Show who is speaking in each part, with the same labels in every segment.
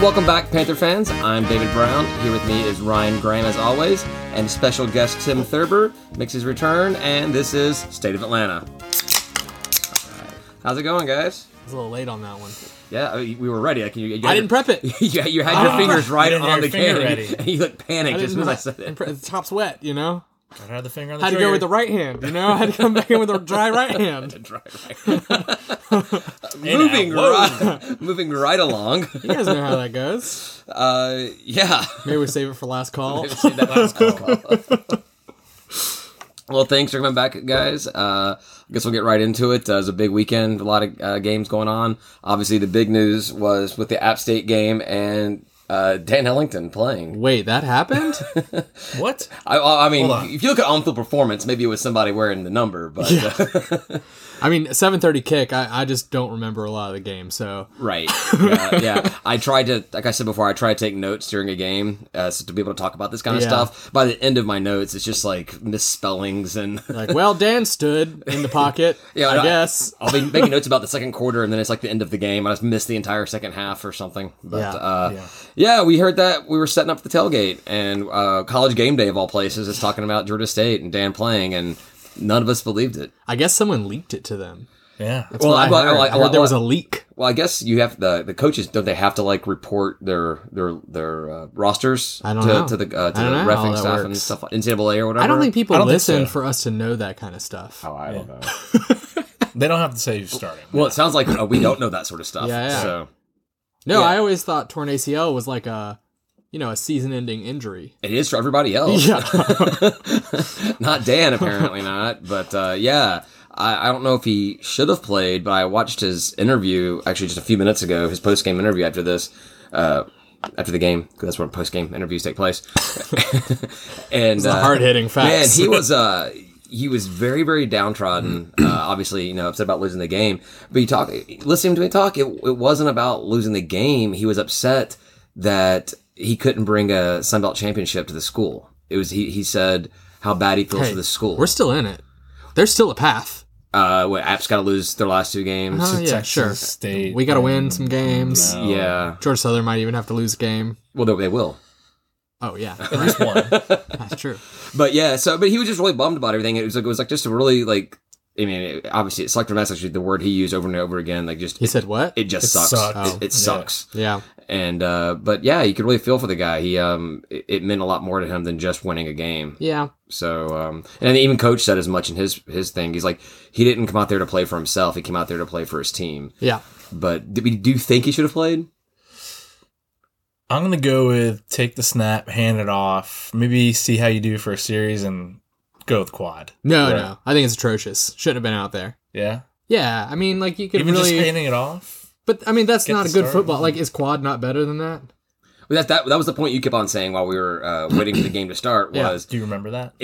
Speaker 1: Welcome back, Panther fans. I'm David Brown. Here with me is Ryan Graham, as always, and special guest Tim Thurber makes his return, and this is State of Atlanta. How's it going, guys?
Speaker 2: I was a little late on that one.
Speaker 1: Yeah, I mean, we were ready. Like, you, you
Speaker 2: I
Speaker 1: had
Speaker 2: didn't
Speaker 1: your-
Speaker 2: prep it.
Speaker 1: yeah, you had your
Speaker 2: Ah.
Speaker 1: fingers right
Speaker 3: You didn't
Speaker 1: on
Speaker 3: have
Speaker 1: the
Speaker 3: your finger
Speaker 1: can,
Speaker 3: ready.
Speaker 1: and you looked panicked
Speaker 2: I
Speaker 1: just
Speaker 2: didn't
Speaker 1: as I
Speaker 2: know.
Speaker 1: said it.
Speaker 2: The top's wet, you know.
Speaker 3: Gotta have the finger on the
Speaker 2: I had to go
Speaker 3: trigger.
Speaker 2: with the right hand, you know. I had to come back in with a dry right hand.
Speaker 1: Dry right. moving
Speaker 3: out. Whoa.
Speaker 1: right, moving right along.
Speaker 2: You guys know how that goes.
Speaker 1: Uh, yeah.
Speaker 2: Maybe we save it for last call.
Speaker 1: Save that last call. well, thanks for coming back, guys. Uh, I guess we'll get right into it. Uh, it was a big weekend, a lot of uh, games going on. Obviously, the big news was with the App State game and uh, Dan Ellington playing.
Speaker 2: Wait, that happened?
Speaker 3: What?
Speaker 1: I, I I mean,
Speaker 3: Hold on.
Speaker 1: if you look at on-field performance, maybe it was somebody wearing the number, but uh,
Speaker 2: I mean, 7:30 kick. I, I just don't remember a lot of the game, so
Speaker 1: Right. Yeah, yeah. I tried to, like I said before, I try to take notes during a game uh, so to be able to talk about this kind of
Speaker 2: Yeah.
Speaker 1: stuff. By the end of my notes, it's just like misspellings
Speaker 3: Oh,
Speaker 1: and.
Speaker 2: like, well, Dan stood in the pocket.
Speaker 1: Yeah,
Speaker 2: I
Speaker 1: no, I-
Speaker 2: guess.
Speaker 1: I'll be making notes about the second quarter, and then it's like the end of the game. I just missed the entire second half or something. But
Speaker 2: Yeah,
Speaker 1: uh, yeah. we heard that we were setting up the tailgate, and uh, college game day of all places is talking about Georgia State and Dan playing, and none of us believed it.
Speaker 2: I guess someone leaked it to them.
Speaker 3: Yeah.
Speaker 2: That's well, what I,
Speaker 1: I- I-
Speaker 2: heard.
Speaker 1: I-
Speaker 2: I heard there was
Speaker 1: I-
Speaker 2: a leak.
Speaker 1: Well, I guess you have the the coaches don't they have to like report their their their uh, rosters
Speaker 2: I don't
Speaker 1: to,
Speaker 2: know.
Speaker 1: to the uh, to
Speaker 2: I don't
Speaker 1: the
Speaker 2: know how
Speaker 1: refing
Speaker 2: that
Speaker 1: staff and
Speaker 2: works.
Speaker 1: stuff NCAA or whatever.
Speaker 2: I don't think people
Speaker 3: I don't think
Speaker 2: listen
Speaker 3: so.
Speaker 2: for us to know that kind of stuff.
Speaker 1: Oh, I don't know.
Speaker 3: They don't have to say who's starting.
Speaker 1: well, it sounds like uh, we don't know that sort of stuff.
Speaker 2: Yeah, yeah.
Speaker 1: So
Speaker 2: No,
Speaker 1: Yeah.
Speaker 2: I always thought torn ACL was like a, you know, a season-ending injury.
Speaker 1: it is for everybody else. not Dan, apparently not. But uh, yeah, I, I don't know if he should have played, but I watched his interview actually just a few minutes ago, his post game interview after this, uh, after the game, because that's where post game interviews take place. and uh,
Speaker 2: hard-hitting facts.
Speaker 1: Man, he was. Uh, he was very, very downtrodden. Uh, obviously, you know, upset about losing the game. But you talk, listening to him talk, it, it wasn't about losing the game. He was upset that he couldn't bring a Sun Belt championship to the school. It was he. He said how bad he feels
Speaker 2: Hey,
Speaker 1: for the school.
Speaker 2: We're still in it. There's still a path.
Speaker 1: Uh, what App's got to lose their last two games.
Speaker 2: Oh, yeah,
Speaker 3: Texas
Speaker 2: sure.
Speaker 3: State.
Speaker 2: We got to win some games.
Speaker 3: No.
Speaker 1: Yeah.
Speaker 2: George Southern might even have to lose a game.
Speaker 1: Well, they, they will.
Speaker 2: Oh yeah,
Speaker 3: At least one.
Speaker 2: that's true.
Speaker 1: But yeah, so but he was just really bummed about everything. It was like it was like just a really like. I mean, it, obviously, it's like that's actually the word he used over and over again. Like just
Speaker 2: He said what?
Speaker 1: it just
Speaker 3: It
Speaker 1: sucks.
Speaker 3: sucked.
Speaker 1: It, it
Speaker 3: Yeah.
Speaker 1: sucks.
Speaker 2: yeah,
Speaker 1: and uh but yeah you could really feel for the guy he um it, it meant a lot more to him than just winning a game
Speaker 2: yeah.
Speaker 1: so um and even coach said as much in his his thing he's like he didn't come out there to play for himself he came out there to play for his team
Speaker 2: Yeah.
Speaker 1: but do we do you think he should have played
Speaker 3: I'm gonna go with take the snap, hand it off, maybe see how you do for a series, and go with quad.
Speaker 2: No,
Speaker 3: Right.
Speaker 2: no. I think it's atrocious. Should have been out there.
Speaker 3: Yeah,
Speaker 2: Yeah, I mean, like you could
Speaker 3: even just
Speaker 2: really,
Speaker 3: handing it off.
Speaker 2: but I mean, that's
Speaker 3: Get
Speaker 2: not a
Speaker 3: the
Speaker 2: good
Speaker 3: start.
Speaker 2: football. Like, is quad not better than that?
Speaker 1: Well, that, that that was the point you kept on saying while we were uh, waiting for the game to start
Speaker 2: Yeah.
Speaker 1: was
Speaker 3: Do you remember that?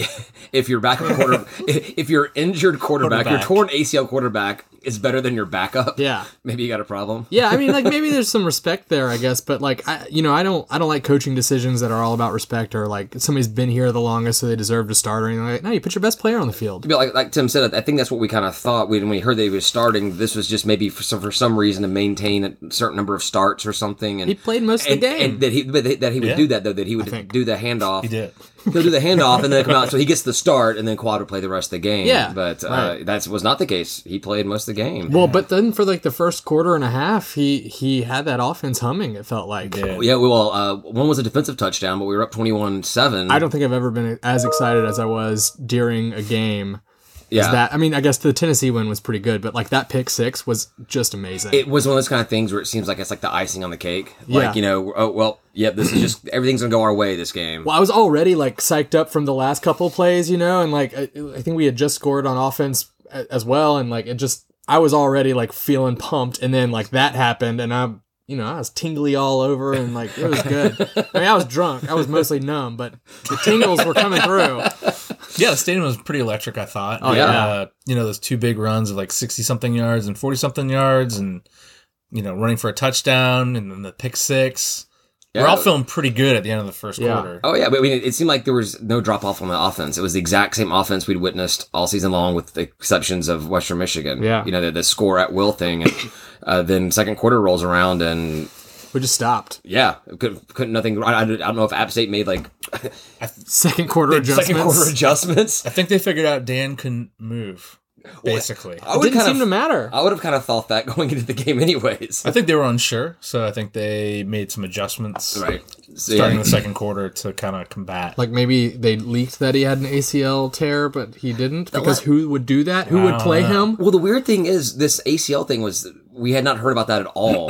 Speaker 1: if your backup quarter if your injured quarterback, your
Speaker 3: Quarterback.
Speaker 1: torn ACL quarterback is better than your backup
Speaker 2: Yeah,
Speaker 1: maybe you got a problem
Speaker 2: yeah. I mean, like maybe there's some respect there, I guess. But like, I, you know, I don't, I don't like coaching decisions that are all about respect or like somebody's been here the longest, so they deserve to start or anything. Like, no, you put your best player on the field.
Speaker 1: But like, like Tim said, I think that's what we kind of thought when we heard that he was starting. This was just maybe for some, for some reason to maintain a certain number of starts or something. And
Speaker 2: He played most
Speaker 1: and,
Speaker 2: of the game.
Speaker 1: and that he but that he would
Speaker 3: Yeah.
Speaker 1: do that though. That he would
Speaker 2: think.
Speaker 1: do the handoff.
Speaker 3: He did.
Speaker 1: He'll do the handoff and then come out. So he gets the start, and then Quad would play the rest of the game.
Speaker 2: Yeah,
Speaker 1: but uh,
Speaker 2: right.
Speaker 1: that was not the case. He played most of the game.
Speaker 2: Well, but then for like the first quarter and a half, he he had that offense humming. It felt like
Speaker 3: did.
Speaker 1: yeah, well, uh, one was a defensive touchdown, but we were up twenty-one-seven.
Speaker 2: I don't think I've ever been as excited as I was during a game.
Speaker 1: Yeah,
Speaker 2: That I mean, I guess the Tennessee win was pretty good, but like that pick six was just amazing.
Speaker 1: it was one of those kind of things where it seems like it's like the icing on the cake.
Speaker 2: Yeah.
Speaker 1: Like you know, oh well, yep, this is just everything's gonna go our way this game.
Speaker 2: well, I was already like psyched up from the last couple plays, you know, and like I, I think we had just scored on offense a- as well, and like it just I was already like feeling pumped, and then like that happened, and I'm you know I was tingly all over, and like it was good. I mean, I was drunk, I was mostly numb, but the tingles were coming through.
Speaker 3: Yeah, the stadium was pretty electric. I thought. Oh
Speaker 1: yeah.
Speaker 3: uh, you know those two big runs of like sixty something yards and forty something yards, and you know running for a touchdown, and then the pick six. We're
Speaker 1: Yeah.
Speaker 3: all feeling pretty good at the end of the first
Speaker 2: Yeah.
Speaker 3: quarter.
Speaker 1: Oh yeah, but I mean, it seemed like there was no drop off on the offense. It was the exact same offense we'd witnessed all season long, with the exceptions of Western Michigan.
Speaker 2: Yeah.
Speaker 1: you know the, the score at will thing. And, uh, then second quarter rolls around, and
Speaker 2: We just stopped.
Speaker 1: Yeah, could, couldn't nothing. I, I don't know if App State made like
Speaker 2: Second quarter adjustments.
Speaker 1: second quarter adjustments.
Speaker 3: I think they figured out Dan couldn't move, basically.
Speaker 1: I would
Speaker 2: Didn't
Speaker 1: kind
Speaker 2: seem
Speaker 1: of,
Speaker 2: to matter.
Speaker 1: I would have kind of thought that going into the game, anyways.
Speaker 3: I think they were unsure, so I think they made some adjustments
Speaker 1: Right. So, yeah.
Speaker 3: starting the second quarter to kind of combat.
Speaker 2: Like maybe they leaked that he had an ACL tear, but he didn't because who would do that? Who would play him?
Speaker 1: Well, the weird thing is, this ACL thing was we had not heard about that at all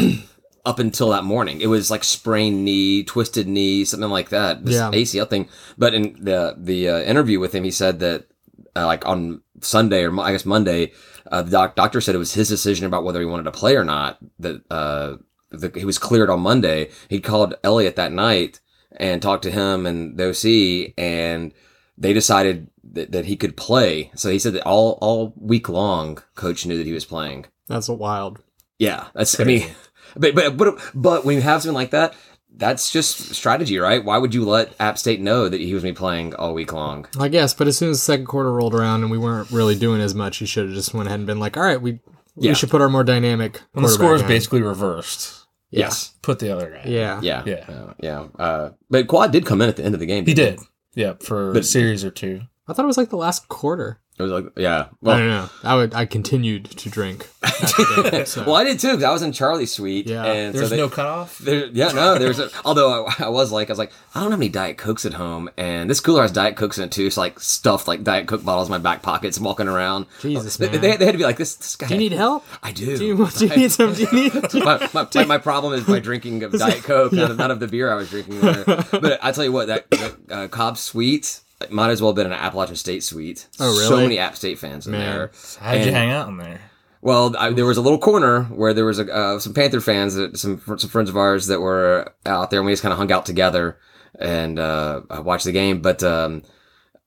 Speaker 1: up until that morning. It was like sprained knee, twisted knee, something like that. This
Speaker 2: Yeah.
Speaker 1: ACL thing. But in the the uh, interview with him, he said that uh, like on Sunday or Mo- I guess Monday, uh, the doc- doctor said it was his decision about whether he wanted to play or not. That uh, the, he was cleared on Monday. He called Elliot that night and talked to him and the OC, and they decided that, that he could play. So he said that all all week long, coach knew that he was playing.
Speaker 2: That's wild.
Speaker 1: Yeah, that's I mean,
Speaker 3: Crazy.
Speaker 1: but but but but when you have something like that, that's just strategy, right? Why would you let App State know that he was gonna be playing all week long?
Speaker 2: I guess, but as soon as the second quarter rolled around and we weren't really doing as much, he should have just went ahead and been like, "All right, we
Speaker 1: Yeah.
Speaker 2: we should put our more dynamic."
Speaker 3: when the score is
Speaker 2: quarterback
Speaker 3: basically reversed,
Speaker 2: Yeah.
Speaker 1: Yes.
Speaker 3: put the other guy.
Speaker 2: on." yeah,
Speaker 1: Yeah.
Speaker 3: Yeah.
Speaker 1: Uh, yeah. Uh, but Quad did come in at the end of the game.
Speaker 3: He
Speaker 1: didn't
Speaker 3: did. Yeah, for a
Speaker 1: But-
Speaker 3: series or two.
Speaker 2: I thought it was like the last quarter.
Speaker 1: It was like, yeah.
Speaker 2: I
Speaker 1: Well,
Speaker 2: don't know. I would. I continued to drink. after that, so-
Speaker 1: well, I did too because I was in Charlie's suite.
Speaker 2: Yeah.
Speaker 1: And so
Speaker 3: There's
Speaker 1: they-
Speaker 3: no cutoff.
Speaker 1: There, yeah, no, there's. A, although I, I was like, I was like, I don't have any Diet Cokes at home, and this cooler has Diet Cokes in it too. So like stuffed like Diet Coke bottles in my back pockets, and walking around.
Speaker 2: Jesus,
Speaker 1: They,
Speaker 2: man.
Speaker 1: they, they had to be like this. This guy.
Speaker 2: do you need help?
Speaker 1: I do.
Speaker 2: Do you, do you need some? Do you need?
Speaker 1: my, my, my, my problem is my drinking of Diet Coke, not, of, not of the beer I was drinking. There. But I tell you what, that, that uh, Cobb Suite it might as well have been an Appalachian State Suite.
Speaker 2: Oh, really?
Speaker 1: So many App State fans in
Speaker 2: Man.
Speaker 1: there.
Speaker 3: How did you
Speaker 1: And-
Speaker 3: hang out in there?
Speaker 1: Well, I, there was a little corner where there was a, uh, some Panther fans, that, some fr- some friends of ours that were out there, and we just kind of hung out together and uh, watched the game. But um,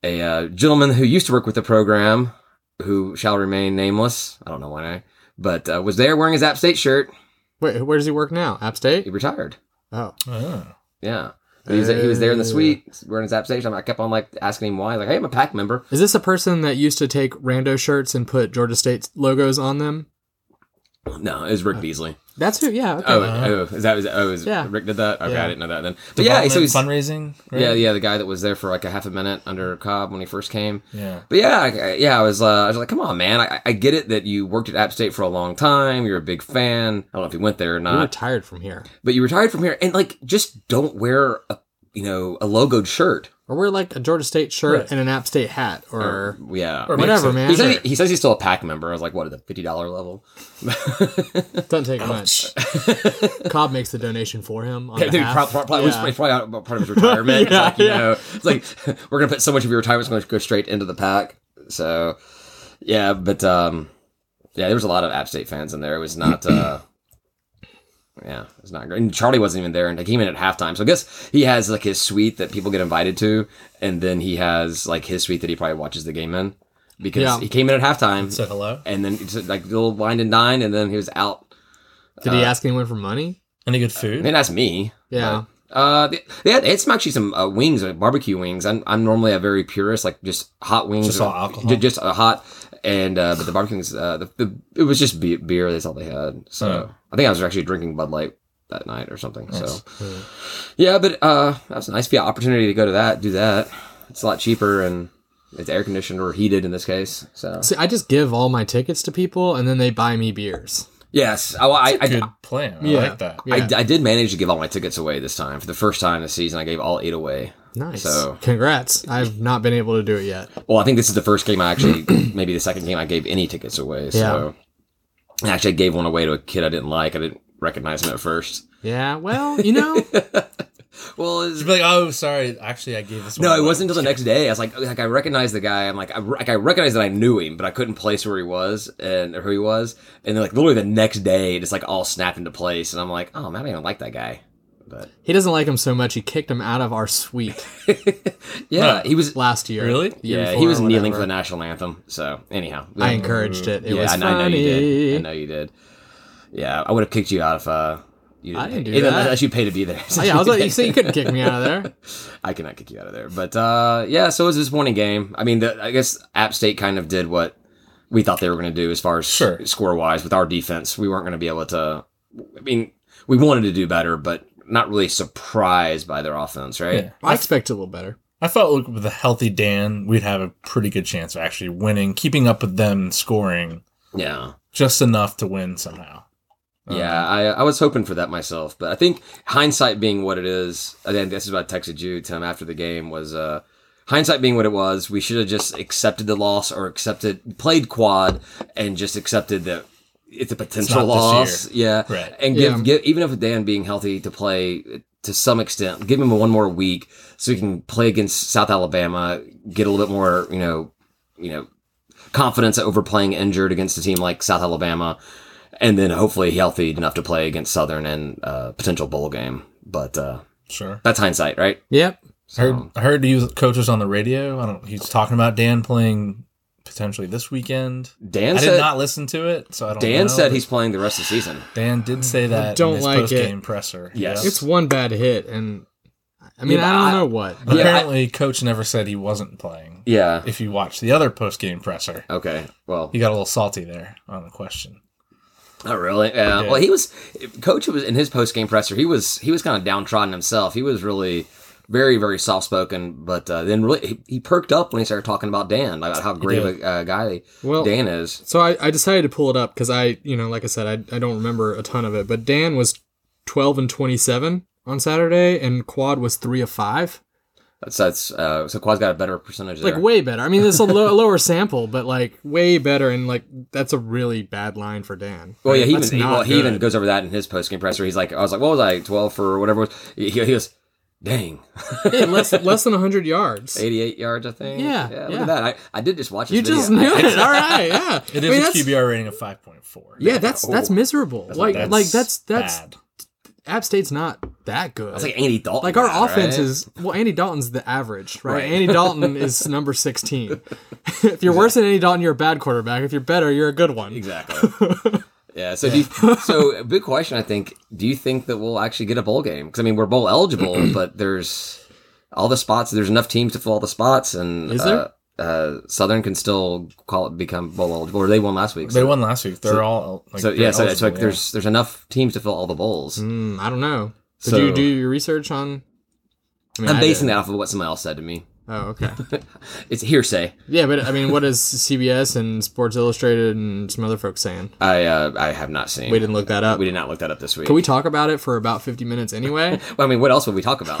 Speaker 1: a uh, gentleman who used to work with the program, who shall remain nameless, I don't know why, but uh, was there wearing his App State shirt.
Speaker 2: Wait, where does he work now? App
Speaker 1: He
Speaker 2: State.
Speaker 1: retired.
Speaker 2: Oh,
Speaker 3: Oh.
Speaker 1: Yeah. He was, he was there in the suite wearing his app station. I kept on like asking him why. Like, hey, I'm a pack member.
Speaker 2: is this a person that used to take rando shirts and put Georgia State logos on them?
Speaker 1: No, it was Rick Beasley.
Speaker 2: That's who. Yeah. Okay.
Speaker 1: Uh, Oh, oh, is that was oh, is
Speaker 2: Uh-huh. Yeah.
Speaker 1: Rick did that? Okay,
Speaker 2: Yeah.
Speaker 1: I didn't know that then. But yeah, so he's
Speaker 3: fundraising. right?
Speaker 1: yeah, yeah, the guy that was there for like a half a minute under Cobb when he first came.
Speaker 3: Yeah.
Speaker 1: But yeah, I- I, yeah, I was, uh, I was like, come on, man. I, I get it that you worked at App State for a long time. You're a big fan. I don't know if you went there or
Speaker 2: we
Speaker 1: not.
Speaker 2: retired from here,
Speaker 1: but you retired from here, and like, just don't wear a you know a logoed shirt.
Speaker 2: or wear like a Georgia State shirt
Speaker 3: Right.
Speaker 2: and an App State hat, or,
Speaker 1: Yeah,
Speaker 3: Or
Speaker 2: whatever,
Speaker 3: mix it.
Speaker 2: man.
Speaker 1: He, said he, he says he's still a pack member. I was like, what at the fifty dollar level?
Speaker 2: Doesn't take much. Cobb makes the donation for him. On
Speaker 1: Yeah, dude,
Speaker 2: behalf.
Speaker 1: pro- pro- pro- it was-
Speaker 2: Yeah.
Speaker 1: it's probably out- part of his retirement. It's
Speaker 2: Yeah,
Speaker 1: like, you
Speaker 2: yeah.
Speaker 1: know, it's like we're gonna put so much of your retirement's going to go straight into the pack. So, yeah, but um, yeah, there was a lot of App State fans in there. It was not. uh Yeah, it's not great. And Charlie wasn't even there, and he came in at halftime. So I guess he has like his suite that people get invited to, and then he has like his suite that he probably watches the game in because
Speaker 2: Yeah.
Speaker 1: he came in at halftime.
Speaker 3: Said hello.
Speaker 1: and then it's like little wine and dine, and then he was out.
Speaker 2: Did
Speaker 1: Uh,
Speaker 2: he ask anyone for money?
Speaker 3: Any good
Speaker 1: They
Speaker 3: food?
Speaker 1: didn't ask me.
Speaker 2: Yeah.
Speaker 1: but, uh, they, they had, they had some actually some uh, wings, like barbecue wings. I'm, I'm normally a very purist, like just hot wings,
Speaker 3: Just
Speaker 1: or-
Speaker 3: all alcohol?
Speaker 1: ju- just uh, hot. And uh, but the barbecue wings, uh, the, the it was just be- beer. That's all they had. So
Speaker 3: Oh.
Speaker 1: I think I was actually drinking Bud Light that night or something.
Speaker 3: Nice.
Speaker 1: So yeah, but uh, that was a nice opportunity to go to that, do that. It's a lot cheaper and it's air conditioned or heated in this case. So
Speaker 2: See, I just give all my tickets to people, and then they buy me beers.
Speaker 1: yes, I, I, I,
Speaker 3: good plan. I like that.
Speaker 2: Yeah.
Speaker 1: I, I did manage to give all my tickets away this time. For the first time this season, I gave all eight away.
Speaker 2: nice.
Speaker 1: so-
Speaker 2: Congrats. I've not been able to do it yet.
Speaker 1: Well, I think this is the first game I actually, maybe the second game I gave any tickets away. So actually, I gave one away to a kid I didn't like. I didn't recognize him at first.
Speaker 2: Yeah. Well, you know,
Speaker 1: Well,
Speaker 3: Just be like, oh, sorry. Actually, I gave this.
Speaker 1: no,
Speaker 3: one
Speaker 1: it
Speaker 3: away."
Speaker 1: wasn't until the next day. I was like, like I recognized the guy. I'm like, I, like I recognized that I knew him, but I couldn't place where he was and or who he was. And then, like literally the next day, it just like all snapped into place. And I'm like, oh man, I don't even like that guy. But
Speaker 2: he doesn't like him so much. He kicked him out of our suite
Speaker 1: yeah,
Speaker 3: Huh.
Speaker 1: he was.
Speaker 2: last year.
Speaker 3: Really?
Speaker 2: The year
Speaker 1: Yeah,
Speaker 2: before
Speaker 1: he was
Speaker 2: or
Speaker 1: kneeling
Speaker 2: whatever.
Speaker 1: for the national anthem. So anyhow,
Speaker 2: I encouraged it. It
Speaker 1: yeah,
Speaker 2: was
Speaker 1: I, know,
Speaker 2: funny.
Speaker 1: I know you did. I know you did. Yeah, I would have kicked you out if uh, you
Speaker 2: I didn't do
Speaker 1: either-
Speaker 2: that.
Speaker 1: Unless you paid to be there.
Speaker 2: Oh, yeah, I was like, you said you couldn't kick me out of there.
Speaker 1: I cannot kick you out of there. But uh, yeah, so it was this morning game. I mean, the, I guess App State kind of did what we thought they were going to do as far as
Speaker 3: Sure.
Speaker 1: score wise with our defense. We weren't going to be able to. I mean, we wanted to do better, but not really surprised by their offense, right?
Speaker 3: Yeah.
Speaker 2: I expect a little better.
Speaker 3: I felt like with a healthy Dan, we'd have a pretty good chance of actually winning, keeping up with them in scoring
Speaker 1: Yeah.
Speaker 3: just enough to win somehow. Um,
Speaker 1: Yeah, I, I was hoping for that myself, but I think hindsight being what it is, I think this is what I texted you, Tim, after the game was uh, hindsight being what it was. We should have just accepted the loss or accepted played quad and just accepted that it's a potential
Speaker 3: not this
Speaker 1: loss. Yeah,
Speaker 3: Right.
Speaker 1: and give,
Speaker 2: Yeah.
Speaker 1: give even if Dan being healthy to play to some extent, give him one more week so he can play against South Alabama, get a little bit more, you know, you know, confidence over playing injured against a team like South Alabama, and then hopefully healthy enough to play against Southern and uh, potential bowl game. But uh,
Speaker 3: Sure.
Speaker 1: that's hindsight, right?
Speaker 2: Yep.
Speaker 3: I heard,
Speaker 1: So,
Speaker 3: I heard he was, coach was on the radio. I don't. He's talking about Dan playing potentially this weekend.
Speaker 1: Dan
Speaker 3: I
Speaker 1: said
Speaker 3: did not listen to it, so I don't.
Speaker 1: Dan
Speaker 3: know,
Speaker 1: said
Speaker 3: but
Speaker 1: he's playing the rest of the season.
Speaker 3: Dan did say that.
Speaker 2: don't
Speaker 3: in his
Speaker 2: like it.
Speaker 3: post-game presser.
Speaker 1: Yes.
Speaker 2: It's one bad hit, and I mean,
Speaker 1: Yeah,
Speaker 2: I don't
Speaker 1: I-
Speaker 2: know what.
Speaker 1: Yeah, I-
Speaker 3: Apparently, coach never said he wasn't playing.
Speaker 1: Yeah.
Speaker 3: If you watch the other post-game presser,
Speaker 1: Okay. Well,
Speaker 3: he got a little salty there on the question.
Speaker 1: Not really. Yeah.
Speaker 3: He did.
Speaker 1: Well, he was coach was in his post game presser. He was he was kind of downtrodden himself. He was really very very soft spoken, but uh, then really he, he perked up when he started talking about Dan about how great of a uh, guy
Speaker 2: Well,
Speaker 1: Dan is.
Speaker 2: so I, I decided to pull it up because I, you know, like I said, I, I don't remember a ton of it, but Dan was 12 and 27 on Saturday, and Quad was 3 of 5.
Speaker 1: That's that's uh, so Quad's got a better percentage
Speaker 2: Like,
Speaker 1: there.
Speaker 2: way better. I mean, it's a lo- lower sample, but like, way better, and like, that's a really bad line for Dan.
Speaker 1: well, yeah, he
Speaker 2: That's
Speaker 1: even, he,
Speaker 2: not
Speaker 1: well, he even
Speaker 2: good.
Speaker 1: goes over that in his post game presser. He's like, I was like, what was I twelve for or whatever? He, he goes, dang,
Speaker 2: Yeah, less, less than 100 yards.
Speaker 1: eighty eight yards, I think.
Speaker 2: Yeah,
Speaker 1: look
Speaker 2: yeah.
Speaker 1: at that. I, I did just watch. His
Speaker 2: You
Speaker 1: video.
Speaker 2: just knew it. All right. Yeah. I mean,
Speaker 3: It is a
Speaker 2: that's-
Speaker 3: QBR rating of five point four.
Speaker 2: Yeah, that's
Speaker 1: Oh.
Speaker 2: that's miserable. like like that's that's
Speaker 3: bad.
Speaker 2: App State's not that good.
Speaker 1: It's like Andy Dalton.
Speaker 2: Like our
Speaker 1: right?
Speaker 2: offense is well, Andy Dalton's the average, right?
Speaker 1: Right.
Speaker 2: Andy Dalton is number sixteen. if you're worse than Andy Dalton, you're a bad quarterback. If you're better, you're a good one.
Speaker 1: Exactly. yeah. So, Do you, so a big question. I think. Do you think that we'll actually get a bowl game? Because I mean, we're bowl eligible, but there's all the spots. There's enough teams to fill all the spots, and
Speaker 2: Is there?
Speaker 1: Uh, uh, Southern can still call it become bowl eligible, or they won last week.
Speaker 3: They
Speaker 1: so,
Speaker 3: won last week. They're all like,
Speaker 1: so
Speaker 3: they're
Speaker 1: yeah, so it's
Speaker 3: eligible,
Speaker 1: like
Speaker 3: yeah.
Speaker 1: there's there's enough teams to fill all the bowls.
Speaker 2: Mm, I don't know. Did
Speaker 1: So-
Speaker 2: you do your research on? I mean,
Speaker 1: I'm
Speaker 2: I
Speaker 1: basing
Speaker 2: did.
Speaker 1: that off of what someone else said to me.
Speaker 2: Oh, okay.
Speaker 1: It's hearsay.
Speaker 2: yeah, but I mean, what is CBS and Sports Illustrated and some other folks saying?
Speaker 1: I uh, I have not seen.
Speaker 2: We didn't look that up.
Speaker 1: We did not look that up this week.
Speaker 2: Can we talk about it for about fifty minutes anyway,
Speaker 1: Well, I mean, what else would we talk about?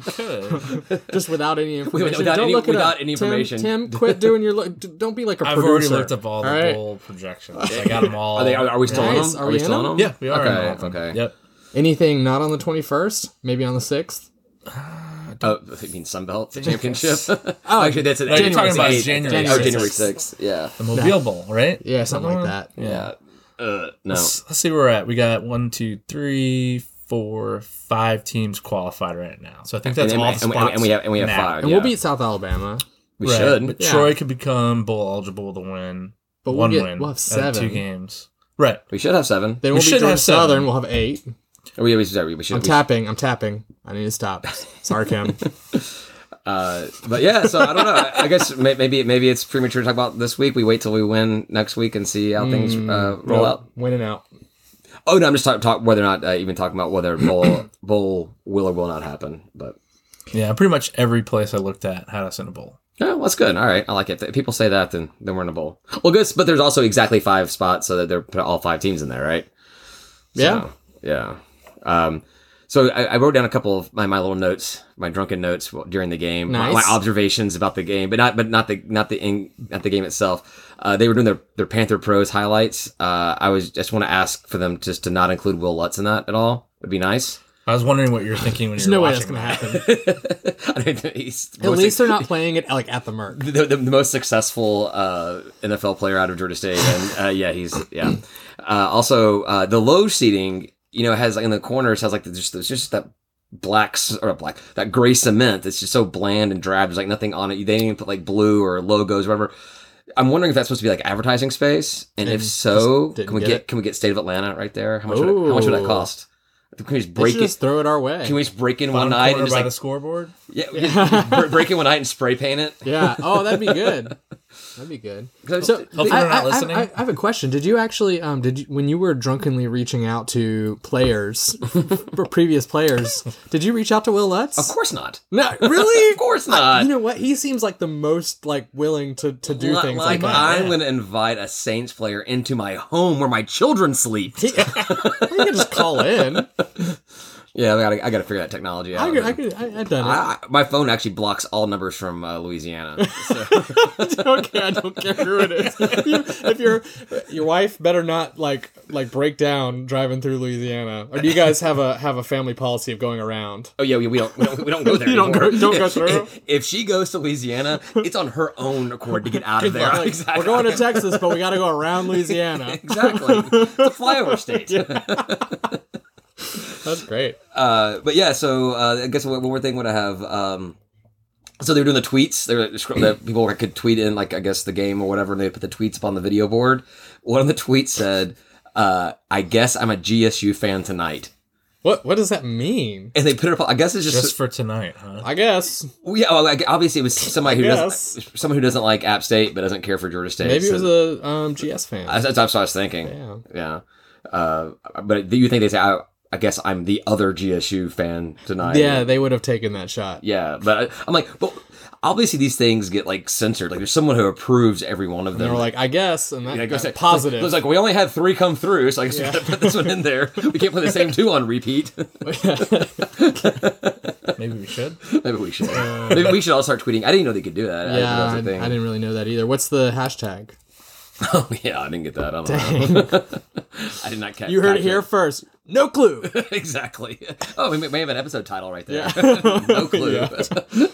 Speaker 3: could.
Speaker 2: just without any information?
Speaker 1: without
Speaker 2: don't
Speaker 1: any-
Speaker 2: look it
Speaker 1: without
Speaker 2: up.
Speaker 1: any
Speaker 2: Tim-
Speaker 1: information.
Speaker 2: Tim, quit doing your. Lo- d- don't be like a
Speaker 3: I've
Speaker 2: producer.
Speaker 3: already looked up all the
Speaker 2: All right.
Speaker 3: bowl projections. I got them all.
Speaker 1: Are they? Are, are we still on
Speaker 2: Nice.
Speaker 1: them?
Speaker 2: Are
Speaker 1: Are,
Speaker 2: we
Speaker 1: we still
Speaker 2: in
Speaker 1: on them?
Speaker 2: them?
Speaker 3: Yeah, we are. in
Speaker 1: Okay,
Speaker 3: all of them.
Speaker 1: okay.
Speaker 3: Yep.
Speaker 2: Anything not on the 21st? Maybe on the 6th?
Speaker 1: Oh, I mean Sunbelt Championship. oh, actually, that's an
Speaker 3: No, you're talking about January
Speaker 1: January, oh,
Speaker 2: sixth.
Speaker 1: January sixth. Yeah,
Speaker 3: The Mobile Bowl, right?
Speaker 2: Yeah, something like
Speaker 3: Somewhere?
Speaker 2: that.
Speaker 1: yeah. Uh, no,
Speaker 3: Let's, let's see where we're at. We got one, two, three, four, five teams qualified right now. So I think that's
Speaker 1: and,
Speaker 3: all
Speaker 1: then-
Speaker 3: the
Speaker 1: and,
Speaker 3: spots.
Speaker 1: and, and we have and we have
Speaker 3: now.
Speaker 1: five.
Speaker 2: And
Speaker 1: yeah.
Speaker 2: we'll beat South Alabama.
Speaker 1: We
Speaker 3: Right,
Speaker 1: should.
Speaker 3: But
Speaker 2: Yeah.
Speaker 3: Troy could become bowl eligible with a win.
Speaker 2: But we'll
Speaker 3: one
Speaker 2: get-
Speaker 3: win.
Speaker 2: we'll have
Speaker 3: out of
Speaker 2: seven.
Speaker 3: Two games. Right.
Speaker 1: we should have seven.
Speaker 2: Then
Speaker 3: We
Speaker 2: we'll beat
Speaker 3: should
Speaker 2: Georgia
Speaker 3: have seven.
Speaker 2: Southern. We'll have eight.
Speaker 1: Oh, yeah, we should. We should.
Speaker 2: I'm
Speaker 1: we should.
Speaker 2: tapping. I'm tapping. I need to stop. Sorry, Kim.
Speaker 1: Uh, but yeah, so I don't know. I I guess may- maybe maybe it's premature to talk about this week. We wait till we win next week and see how things uh, roll out.
Speaker 2: Mm. Winning out.
Speaker 1: Oh no, I'm just talking talk, whether or not uh, even talking about whether bowl bowl will or will not happen. But
Speaker 3: Yeah. Pretty much every place I looked at had us in a bowl.
Speaker 1: Oh, that's good. All right, I like it. If people say that, then then we're in a bowl. Well, good, but there's also exactly five spots, so that they're put all five teams in there, right?
Speaker 2: Yeah.
Speaker 1: Yeah. Um, so I, I wrote down a couple of my, my little notes, my drunken notes w- during the game, my- my,
Speaker 2: Nice.
Speaker 1: observations about the game, but not but not the not the in, not the game itself. Uh, they were doing their, their Panther pros highlights. Uh, I was just want to ask for them just to not include Will Lutz in that at all. Would be nice.
Speaker 3: I was wondering what you're thinking when
Speaker 2: There's
Speaker 3: you're
Speaker 2: no way
Speaker 3: watching.
Speaker 2: that's going to
Speaker 3: that.
Speaker 2: happen.
Speaker 1: I don't think he's-
Speaker 2: At least they're not playing it like at the Merc.
Speaker 1: the, the, the most successful uh, NFL player out of Georgia State, and uh, yeah, he's yeah. Uh, also, uh, the low seating, you know, has like, in the corners has like the, just there's just that black c- or black that gray cement that's just so bland and drab. There's like nothing on it. They didn't even put like blue or logos, or whatever. I'm wondering if that's supposed to be like advertising space, and,
Speaker 2: And
Speaker 1: if so,
Speaker 2: just didn't
Speaker 1: can we
Speaker 2: get
Speaker 1: get,
Speaker 2: it?
Speaker 1: can we get State of Atlanta right there? How much would it, how much would that
Speaker 2: Ooh.
Speaker 1: cost? Can we just
Speaker 2: They
Speaker 1: break
Speaker 2: should
Speaker 1: it?
Speaker 2: just throw it our way.
Speaker 1: can we just break in one
Speaker 3: Bottom
Speaker 1: night and
Speaker 3: corner by
Speaker 1: just like
Speaker 3: the scoreboard.
Speaker 1: yeah, break it one night and spray paint it?
Speaker 2: yeah. Oh, that'd be good. That'd be good.
Speaker 1: So,
Speaker 3: Hopefully
Speaker 2: I,
Speaker 3: they're not
Speaker 2: I- I-
Speaker 3: listening.
Speaker 2: I- I have a question. Did you actually, um, did you, when you were drunkenly reaching out to players, for previous players, did you reach out to Will Lutz?
Speaker 1: of course not.
Speaker 2: No, really?
Speaker 1: Of course not.
Speaker 2: you know what? He seems like the most like willing to to do
Speaker 1: Uh, Li-
Speaker 2: things
Speaker 1: like,
Speaker 2: like, that.
Speaker 1: I'm
Speaker 3: yeah.
Speaker 1: going to invite a Saints player into my home where my children sleep.
Speaker 2: He, we could just call in.
Speaker 1: Yeah, I got to I got to figure that technology out.
Speaker 2: I could, I
Speaker 1: man.
Speaker 2: could, I, I've done it.
Speaker 1: I, I- my phone actually blocks all numbers from uh, Louisiana. So,
Speaker 2: okay, I don't care who it is. You, if your your wife better not like like break down driving through Louisiana, or do you guys have a have a family policy of going around?
Speaker 1: oh yeah, we, we don't we don't we don't go there.
Speaker 2: You don't go-
Speaker 1: anymore.
Speaker 2: don't go
Speaker 1: If-
Speaker 2: through?
Speaker 1: If, she goes to Louisiana, it's on her own accord to get out of there.
Speaker 2: Like,
Speaker 1: Exactly.
Speaker 2: We're going to Texas, but we got to go around Louisiana.
Speaker 1: exactly. It's a flyover state.
Speaker 2: That's great.
Speaker 1: Uh, but yeah, so uh, I guess one one more thing would I have? Um, so they were doing the tweets. They were descri- that people could tweet in, like I guess the game or whatever, and they put the tweets up on the video board. One of the tweets said, uh, "I guess I'm a GSU fan tonight,"
Speaker 2: What what does that mean?
Speaker 1: and they put it up. I guess it's
Speaker 3: Just for tonight, huh?
Speaker 2: I guess
Speaker 1: Well, yeah, well, like, obviously it was somebody who
Speaker 2: I
Speaker 1: doesn't someone who doesn't like App State but doesn't care for Georgia State.
Speaker 2: maybe it
Speaker 1: so-
Speaker 2: was a um, GS fan.
Speaker 1: that's, that's what I was thinking.
Speaker 2: yeah.
Speaker 1: Yeah. Uh, but do you think they say, I, "I guess I'm the other GSU fan tonight"?
Speaker 2: Yeah, they would have taken that shot.
Speaker 1: yeah. But I, I'm like, but obviously these things get like censored. Like there's someone who approves every one of
Speaker 2: They
Speaker 1: them.
Speaker 2: were like, I guess, and that,
Speaker 1: Yeah, I guess
Speaker 2: that's
Speaker 1: that-
Speaker 2: positive.
Speaker 1: It's like we only had three come through, so I guess we gotta put this one in there. We can't play the same two on repeat.
Speaker 3: Maybe we should.
Speaker 1: Maybe we should. Maybe we should all start tweeting. I didn't know they could do that. I didn't know
Speaker 2: yeah,
Speaker 1: that
Speaker 2: I,
Speaker 1: was a thing.
Speaker 2: I didn't really know that either. What's the hashtag?
Speaker 1: Oh yeah, I didn't get that. I don't know. I did not catch.
Speaker 2: You heard
Speaker 1: catch
Speaker 2: it here first. No clue.
Speaker 1: exactly. Oh, we may- may have an episode title right there.
Speaker 2: Yeah.
Speaker 1: no clue.
Speaker 2: Yeah.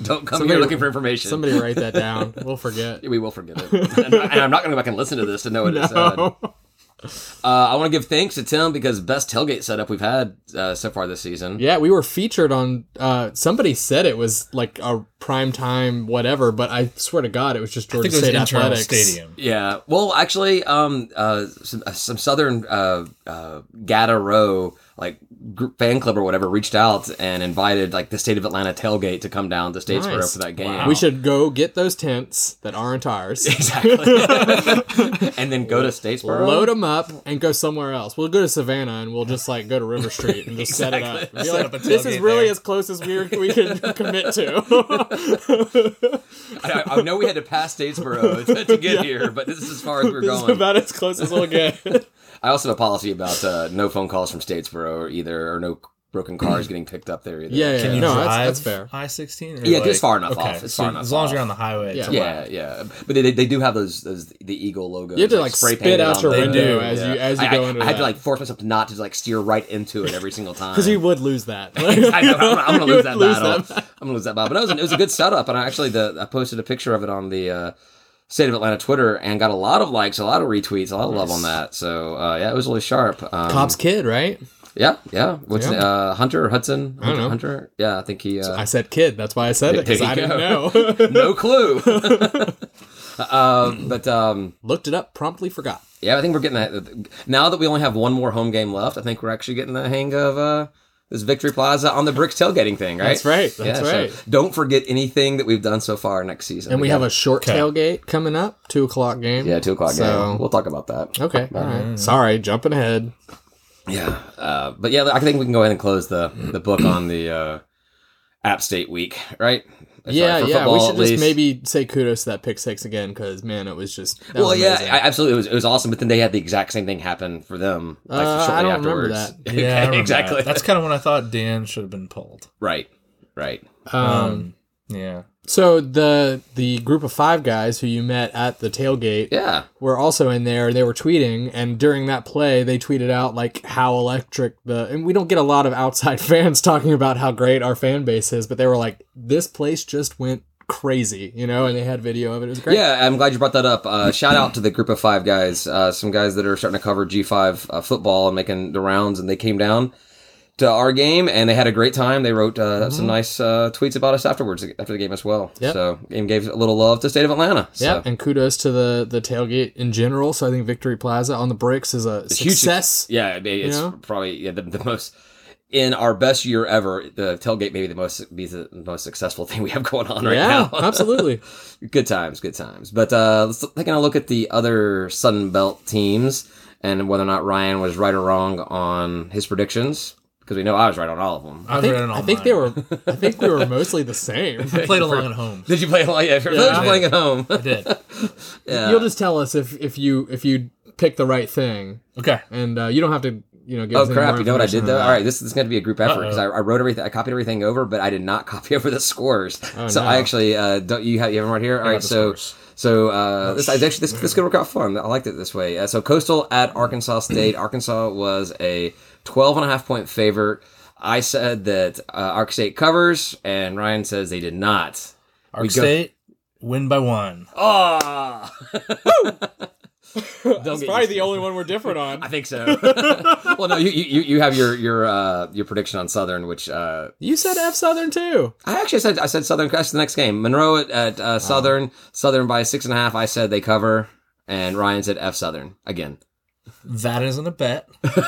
Speaker 1: Don't come here looking for information.
Speaker 2: Somebody write that down. We'll forget.
Speaker 1: We will forget it, and, I, and I'm not going to go back and listen to this to know what it said. Uh,
Speaker 2: No.
Speaker 1: I want to give thanks to Tim because best tailgate setup we've had uh, so far this season.
Speaker 2: Yeah, we were featured on. Uh, somebody said it was like a prime time whatever, but I swear to God, it was just
Speaker 3: I
Speaker 2: Georgia
Speaker 3: think it was
Speaker 2: State
Speaker 3: internal
Speaker 2: Athletics.
Speaker 3: stadium.
Speaker 1: Yeah. Well, actually, um, uh, some, uh, some Southern uh, uh, Gata Row like group, fan club or whatever reached out and invited like the state of Atlanta tailgate to come down to Statesboro
Speaker 2: Nice.
Speaker 1: for that game.
Speaker 3: Wow.
Speaker 2: We should go get those tents that aren't ours,
Speaker 1: Exactly. and then go to Statesboro.
Speaker 2: load them up, and go somewhere else. We'll go to Savannah and we'll just like go to River Street and just set it up.
Speaker 1: Exactly.
Speaker 2: Be
Speaker 3: Set
Speaker 2: like,
Speaker 3: up a
Speaker 2: this is
Speaker 3: tailgate
Speaker 2: really
Speaker 3: there."
Speaker 2: as close as we we can commit to.
Speaker 1: I, I know we had to pass Statesboro to, to get here, but this is as far as we're
Speaker 2: this is
Speaker 1: going.
Speaker 2: about as close as we'll get.
Speaker 1: I also have a policy about uh, no phone calls from Statesboro either, or no broken cars getting picked up there either.
Speaker 2: Yeah, yeah.
Speaker 3: Can you
Speaker 2: No, that's-
Speaker 3: drive
Speaker 2: that's fair.
Speaker 3: I sixteen.
Speaker 1: Yeah, it's far enough off. It's
Speaker 3: so
Speaker 1: far enough
Speaker 3: As long
Speaker 1: off.
Speaker 3: as you're on the highway.
Speaker 2: Yeah.
Speaker 3: it's
Speaker 1: Yeah, yeah, but they, they do have those those the eagle logos.
Speaker 2: You have to like
Speaker 1: spray
Speaker 2: spit
Speaker 1: painted
Speaker 2: out
Speaker 1: on
Speaker 2: your
Speaker 1: them.
Speaker 3: They
Speaker 2: window
Speaker 3: do,
Speaker 2: as you as you
Speaker 1: I,
Speaker 2: go
Speaker 1: I,
Speaker 2: into.
Speaker 1: I had
Speaker 2: that.
Speaker 1: to like force myself not to like steer right into it every single time.
Speaker 2: Because you would lose that.
Speaker 1: I know, I'm, I'm gonna
Speaker 2: You
Speaker 1: lose
Speaker 2: would
Speaker 1: that
Speaker 2: lose
Speaker 1: battle.
Speaker 2: that.
Speaker 1: I'm gonna lose that battle. But it was, it was a good setup, and I actually the I posted a picture of it on the uh, State of Atlanta Twitter and got a lot of likes, a lot of retweets, a lot of love on that. So uh, yeah, it was really sharp. Um,
Speaker 2: Pop's kid, right?
Speaker 1: Yeah, yeah. What's
Speaker 2: Yeah.
Speaker 1: Uh, Hunter or Hudson? Hunter,
Speaker 2: don't know.
Speaker 1: Hunter? Yeah, I think he. Uh,
Speaker 2: I said kid. That's why I said it because
Speaker 1: There you
Speaker 2: I didn't
Speaker 1: go.
Speaker 2: know.
Speaker 1: no clue. uh, but um,
Speaker 2: Looked it up, promptly forgot.
Speaker 1: yeah, I think we're getting that. Now that we only have one more home game left, I think we're actually getting the hang of uh, this Victory Plaza on the bricks tailgating thing, right?
Speaker 2: That's right. That's
Speaker 1: so
Speaker 2: right.
Speaker 1: don't forget anything that we've done so far next season.
Speaker 2: And we have
Speaker 1: got-
Speaker 2: a short
Speaker 3: Okay.
Speaker 2: tailgate coming up, two o'clock game.
Speaker 1: yeah two o'clock
Speaker 2: So-
Speaker 1: game. We'll talk about that.
Speaker 2: Okay. All right. Sorry, jumping ahead.
Speaker 1: Yeah, uh, but yeah, I think we can go ahead and close the the book on the uh, App State week, right? That's
Speaker 2: yeah,
Speaker 1: right, for
Speaker 2: yeah.
Speaker 1: football,
Speaker 2: we should
Speaker 1: at
Speaker 2: just
Speaker 1: least.
Speaker 2: maybe say kudos to that pick six again because man, it was just. That
Speaker 1: Well,
Speaker 2: was
Speaker 1: yeah,
Speaker 2: amazing.
Speaker 1: I, absolutely. It was, it was awesome, but then they had the exact same thing happen for them. Like,
Speaker 2: Uh,
Speaker 1: shortly
Speaker 2: I don't remember
Speaker 1: afterwards.
Speaker 3: Like, yeah, I
Speaker 1: Okay,
Speaker 3: remember that.
Speaker 1: exactly.
Speaker 3: That's kind of when I thought Dan should have been pulled.
Speaker 1: right, right.
Speaker 2: um,
Speaker 3: Um, yeah.
Speaker 2: so the the group of five guys who you met at the tailgate
Speaker 1: Yeah,
Speaker 2: were also in there and they were tweeting and during that play they tweeted out like how electric the and we don't get a lot of outside fans talking about how great our fan base is but they were like this place just went crazy you know and they had video of it it was great
Speaker 1: yeah. I'm glad you brought that up. Uh, shout out to the group of five guys. Uh, some guys that are starting to cover G5 uh, football and making the rounds, and they came down to our game, and they had a great time. They wrote uh, some nice uh, tweets about us afterwards after the game as well.
Speaker 2: Mm-hmm. Yep.
Speaker 1: So, and gave a little love to State of Atlanta. So.
Speaker 2: yeah and kudos to the the tailgate in general so i think victory plaza on the bricks is a
Speaker 1: huge
Speaker 2: success
Speaker 1: Yeah, I mean, it's
Speaker 2: You know?
Speaker 1: probably yeah, the, the most. in our best year ever, the tailgate may be the most be the most successful thing we have going on right
Speaker 2: yeah,
Speaker 1: now.
Speaker 2: absolutely.
Speaker 1: good times, good times. But uh, let's taking a look at the other Sun Belt teams and whether or not Ryan was right or wrong on his predictions because we know I was right on all of them.
Speaker 3: I've
Speaker 2: I think,
Speaker 3: read it all
Speaker 2: I think they were. I think we were mostly the same.
Speaker 3: I played along at home.
Speaker 1: Did you play? along? Yeah, if you're
Speaker 2: Yeah,
Speaker 1: those
Speaker 2: I
Speaker 1: playing at home.
Speaker 3: I did.
Speaker 1: Yeah.
Speaker 2: You'll just tell us if if you if you pick the right thing,
Speaker 3: Okay.
Speaker 2: and uh, you don't have to you know. Give
Speaker 1: Oh
Speaker 2: us any
Speaker 1: crap!
Speaker 2: more
Speaker 1: You know what I did
Speaker 2: information
Speaker 1: though.
Speaker 2: than
Speaker 1: All right, this is going to be a group effort because I,
Speaker 3: Uh-oh.
Speaker 1: I wrote everything, I copied everything over, but I did not copy over the scores.
Speaker 2: Oh,
Speaker 1: so
Speaker 2: no.
Speaker 1: I actually uh, don't. You have you have them right here. All right,
Speaker 3: the
Speaker 1: so
Speaker 3: scores.
Speaker 1: so
Speaker 2: Oh,
Speaker 1: uh, this I actually this this could work out fun. I liked it this way. Uh, so Coastal at Arkansas State. Arkansas was a 12 and a half point favorite. I said that uh, Ark State covers, and Ryan says they did not.
Speaker 3: Ark
Speaker 1: go-
Speaker 3: State win by one.
Speaker 1: Ah,
Speaker 2: that.
Speaker 1: Don't
Speaker 2: That's
Speaker 1: get used
Speaker 2: probably
Speaker 1: to
Speaker 2: the only one we're different on.
Speaker 1: I think so. well, no, you you you- you have your your uh, your prediction on Southern, which. Uh,
Speaker 2: You said F Southern too.
Speaker 1: I actually said I said Southern. I said the next game, Monroe at, at uh, Southern. Southern by six and a half. I said they cover, and Ryan said F Southern again.
Speaker 3: That isn't a bet.
Speaker 2: No,